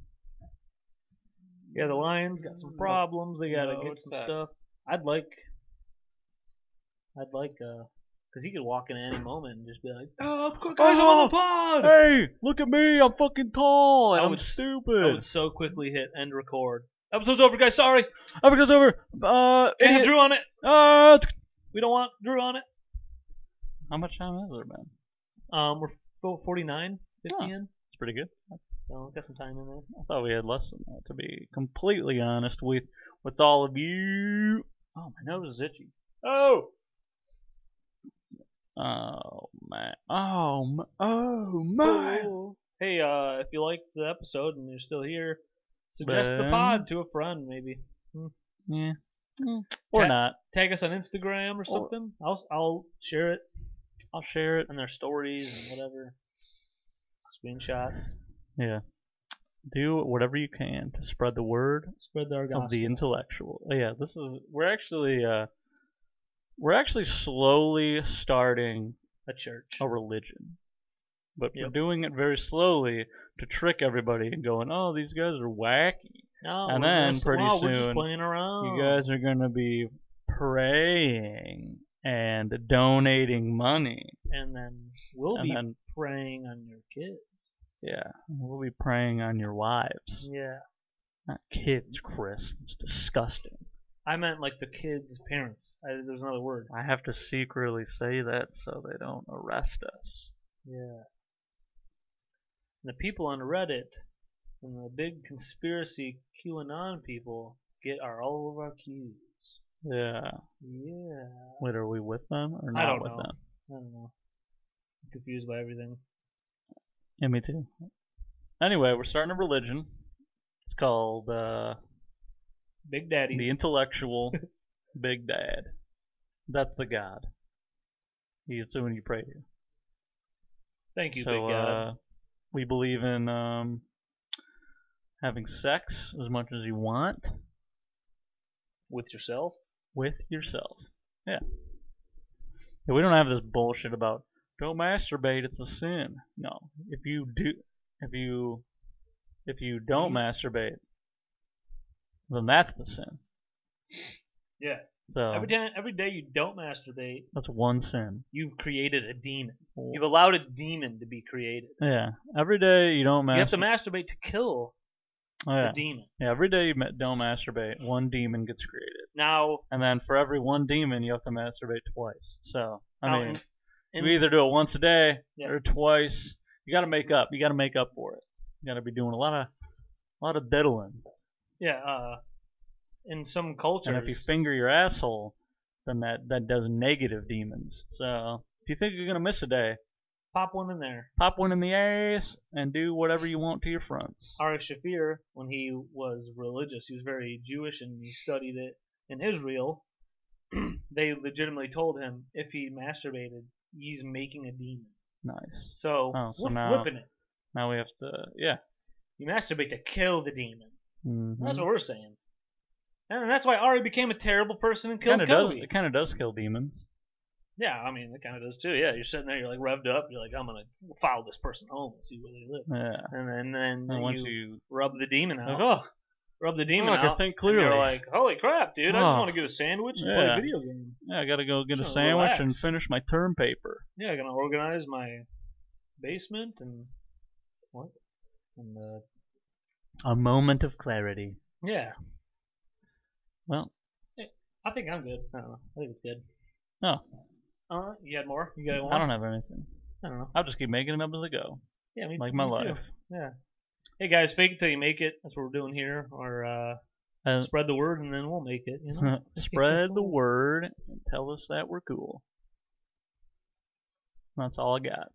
Speaker 2: yeah, the Lions got some problems. They gotta
Speaker 4: No,
Speaker 2: get
Speaker 4: what's
Speaker 2: some
Speaker 4: that?
Speaker 2: stuff. I'd like, I'd like, uh, cause he could walk in any moment and just be like, "Oh, quick, guys, I'm on the pod!"
Speaker 1: Hey, look at me! I'm fucking tall, and
Speaker 2: I
Speaker 1: I'm
Speaker 2: would s- I
Speaker 1: stupid.
Speaker 2: would so quickly hit end record. Episode's over, guys. Sorry,
Speaker 1: Africa's over. Uh,
Speaker 2: didn't have
Speaker 1: and-
Speaker 2: Drew on it.
Speaker 1: uh, tsk-
Speaker 2: We don't want Drew on it.
Speaker 1: how much time has there been?
Speaker 2: Um, we're fo- 49, 50
Speaker 1: Huh.
Speaker 2: in.
Speaker 1: It's pretty good.
Speaker 2: So got some time in there.
Speaker 1: I thought we had less than that. To be completely honest with with all of you. Oh, my nose is itchy.
Speaker 2: Oh.
Speaker 1: Oh man. Oh my. Oh my.
Speaker 2: Hey, uh, if you liked the episode and you're still here, suggest the
Speaker 1: Ben?
Speaker 2: pod to a friend, maybe.
Speaker 1: Yeah. Mm, Or
Speaker 2: Ta-
Speaker 1: not.
Speaker 2: Tag us on Instagram or something. I'll I'll share it
Speaker 1: I'll share it.
Speaker 2: in their stories and whatever. Screenshots.
Speaker 1: Yeah. Do whatever you can to spread the word
Speaker 2: Spread our
Speaker 1: of
Speaker 2: gospel.
Speaker 1: the intellectual. Oh, Yeah, this is we're actually uh we're actually slowly starting
Speaker 2: A church.
Speaker 1: a religion. But we're
Speaker 2: Yep.
Speaker 1: doing it very slowly to trick everybody and going, "Oh, these guys are whack.
Speaker 2: No,
Speaker 1: And
Speaker 2: we're
Speaker 1: then
Speaker 2: just-
Speaker 1: pretty
Speaker 2: oh, we're just
Speaker 1: soon,
Speaker 2: playing around.
Speaker 1: You guys are going to be praying and donating money."
Speaker 2: and then we'll
Speaker 1: and
Speaker 2: be
Speaker 1: then
Speaker 2: praying on your kids.
Speaker 1: yeah, we'll be praying on your wives.
Speaker 2: Yeah.
Speaker 1: Not kids, Chris. It's disgusting.
Speaker 2: I meant like the kids' parents. I, there's another word.
Speaker 1: I have to secretly say that so they don't arrest us.
Speaker 2: Yeah. And the people on Reddit and the big conspiracy QAnon people get our all of our cues.
Speaker 1: Yeah.
Speaker 2: Yeah.
Speaker 1: Wait, are we with them or
Speaker 2: I
Speaker 1: not
Speaker 2: don't
Speaker 1: with
Speaker 2: know.
Speaker 1: them?
Speaker 2: I don't know. I'm confused by everything.
Speaker 1: Yeah, me too. Anyway, we're starting a religion. It's called uh,
Speaker 2: Big Daddy's.
Speaker 1: the intellectual
Speaker 2: [laughs]
Speaker 1: Big Dad. That's the God. He's the one you pray to.
Speaker 2: Thank you,
Speaker 1: so,
Speaker 2: Big God.
Speaker 1: Uh, we believe in um, having sex as much as you want
Speaker 2: With yourself.
Speaker 1: with yourself. Yeah. yeah. We don't have this bullshit about don't masturbate; it's a sin. No, if you do, if you, if you don't
Speaker 2: Mm-hmm.
Speaker 1: masturbate, then that's the sin.
Speaker 2: Yeah.
Speaker 1: So
Speaker 2: Every time, every day you don't masturbate,
Speaker 1: that's one sin.
Speaker 2: you've created a demon. You've allowed a demon to be created.
Speaker 1: Yeah. Every day you don't
Speaker 2: You have to
Speaker 1: masturbate.
Speaker 2: masturbate to kill
Speaker 1: yeah.
Speaker 2: the demon.
Speaker 1: yeah. Every day you ma- don't masturbate, one demon gets created,
Speaker 2: Now,
Speaker 1: and then for every one demon, you have to masturbate twice. So I
Speaker 2: now
Speaker 1: mean.
Speaker 2: in- in-
Speaker 1: you either do it once a day
Speaker 2: Yeah.
Speaker 1: or twice. You got to make up. You got to make up for it. You got to be doing a lot of, a lot of diddling.
Speaker 2: yeah, uh, in some cultures,
Speaker 1: And if you finger your asshole, then that that does negative demons. So if you think you're gonna miss a day,
Speaker 2: pop one in there.
Speaker 1: pop one in the ass and do whatever you want to your fronts.
Speaker 2: Ari Shafir, when he was religious, he was very Jewish and he studied it in Israel. [clears throat] they legitimately told him if he masturbated, he's making a demon.
Speaker 1: Nice.
Speaker 2: So,
Speaker 1: Oh, so
Speaker 2: we're
Speaker 1: now-
Speaker 2: flipping it.
Speaker 1: Now we have to, yeah.
Speaker 2: You masturbate to kill the demon.
Speaker 1: Mm-hmm.
Speaker 2: That's what we're saying. And that's why Ari became a terrible person and killed
Speaker 1: kinda does,
Speaker 2: Kobe.
Speaker 1: it kind of does kill demons.
Speaker 2: Yeah, I mean, it kind of does too. Yeah, you're sitting there, you're like revved up, you're like, I'm gonna follow this person home and see where they live.
Speaker 1: Yeah.
Speaker 2: And then, then,
Speaker 1: And once
Speaker 2: you,
Speaker 1: you,
Speaker 2: rub the demon out.
Speaker 1: like, oh,
Speaker 2: rub the demon
Speaker 1: Look, I
Speaker 2: out.
Speaker 1: think
Speaker 2: And
Speaker 1: clearly.
Speaker 2: you're like, holy crap, dude! I just
Speaker 1: Oh.
Speaker 2: want to get a sandwich and play
Speaker 1: Yeah.
Speaker 2: a video game.
Speaker 1: yeah, I gotta go get a
Speaker 2: So
Speaker 1: sandwich and
Speaker 2: relax.
Speaker 1: finish my term paper.
Speaker 2: Yeah, I'm gonna organize my basement and what? And uh,
Speaker 1: A moment of clarity.
Speaker 2: yeah, Eh,
Speaker 1: Well,
Speaker 2: I think I'm good. I don't know. I think it's good.
Speaker 1: no,
Speaker 2: Uh, you had more? You got one?
Speaker 1: I don't have anything.
Speaker 2: I don't know.
Speaker 1: I'll just keep making them up as I go,
Speaker 2: Yeah, me,
Speaker 1: like my
Speaker 2: me too.
Speaker 1: life.
Speaker 2: Yeah. Hey guys, fake it till you make it. That's what we're doing here. Or uh,
Speaker 1: And
Speaker 2: spread the word, and then we'll make
Speaker 1: [laughs]
Speaker 2: it. You know.
Speaker 1: spread the word and tell us that we're cool. That's all I got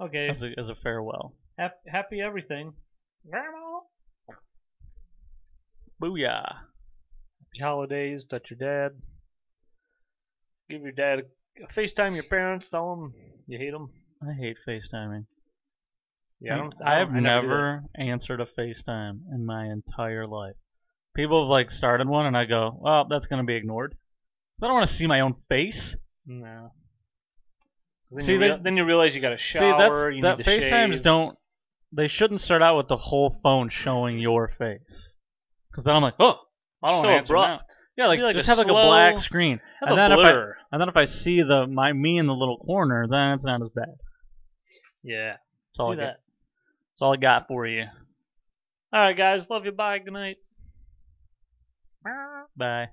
Speaker 2: Okay.
Speaker 1: as a, as a farewell.
Speaker 2: Hap- happy everything. Grandma.
Speaker 1: Booyah!
Speaker 2: Happy holidays. Touch your dad. Give your dad a, FaceTime your parents. Tell them you hate them.
Speaker 1: I hate FaceTiming.
Speaker 2: Yeah, I,
Speaker 1: I,
Speaker 2: don't, I,
Speaker 1: Mm, I have
Speaker 2: don't- I do that.
Speaker 1: never answered a FaceTime in my entire life. People have like started one, and I go, "Well, that's gonna be ignored." I don't want to see my own face.
Speaker 2: No. 'Cause Then,
Speaker 1: See,
Speaker 2: you rea-
Speaker 1: that-
Speaker 2: then you realize you got to shower.
Speaker 1: See,
Speaker 2: you
Speaker 1: that's,
Speaker 2: need
Speaker 1: that
Speaker 2: to
Speaker 1: FaceTimes
Speaker 2: shave.
Speaker 1: don't. They shouldn't start out with the whole phone showing your face, because then I'm like, oh, I don't
Speaker 2: so
Speaker 1: want to answer now.
Speaker 2: abrupt.
Speaker 1: Yeah, like,
Speaker 2: Be like
Speaker 1: just
Speaker 2: a
Speaker 1: have like a
Speaker 2: slow-
Speaker 1: black screen,
Speaker 2: Have
Speaker 1: and
Speaker 2: a
Speaker 1: then if
Speaker 2: blur.
Speaker 1: I and then if I see the my me in the little corner, then it's not as bad. That's
Speaker 2: yeah. do
Speaker 1: all I got.
Speaker 2: that.
Speaker 1: That's all I got for you.
Speaker 2: All right, guys. Love you. Bye. Good night.
Speaker 1: Bye.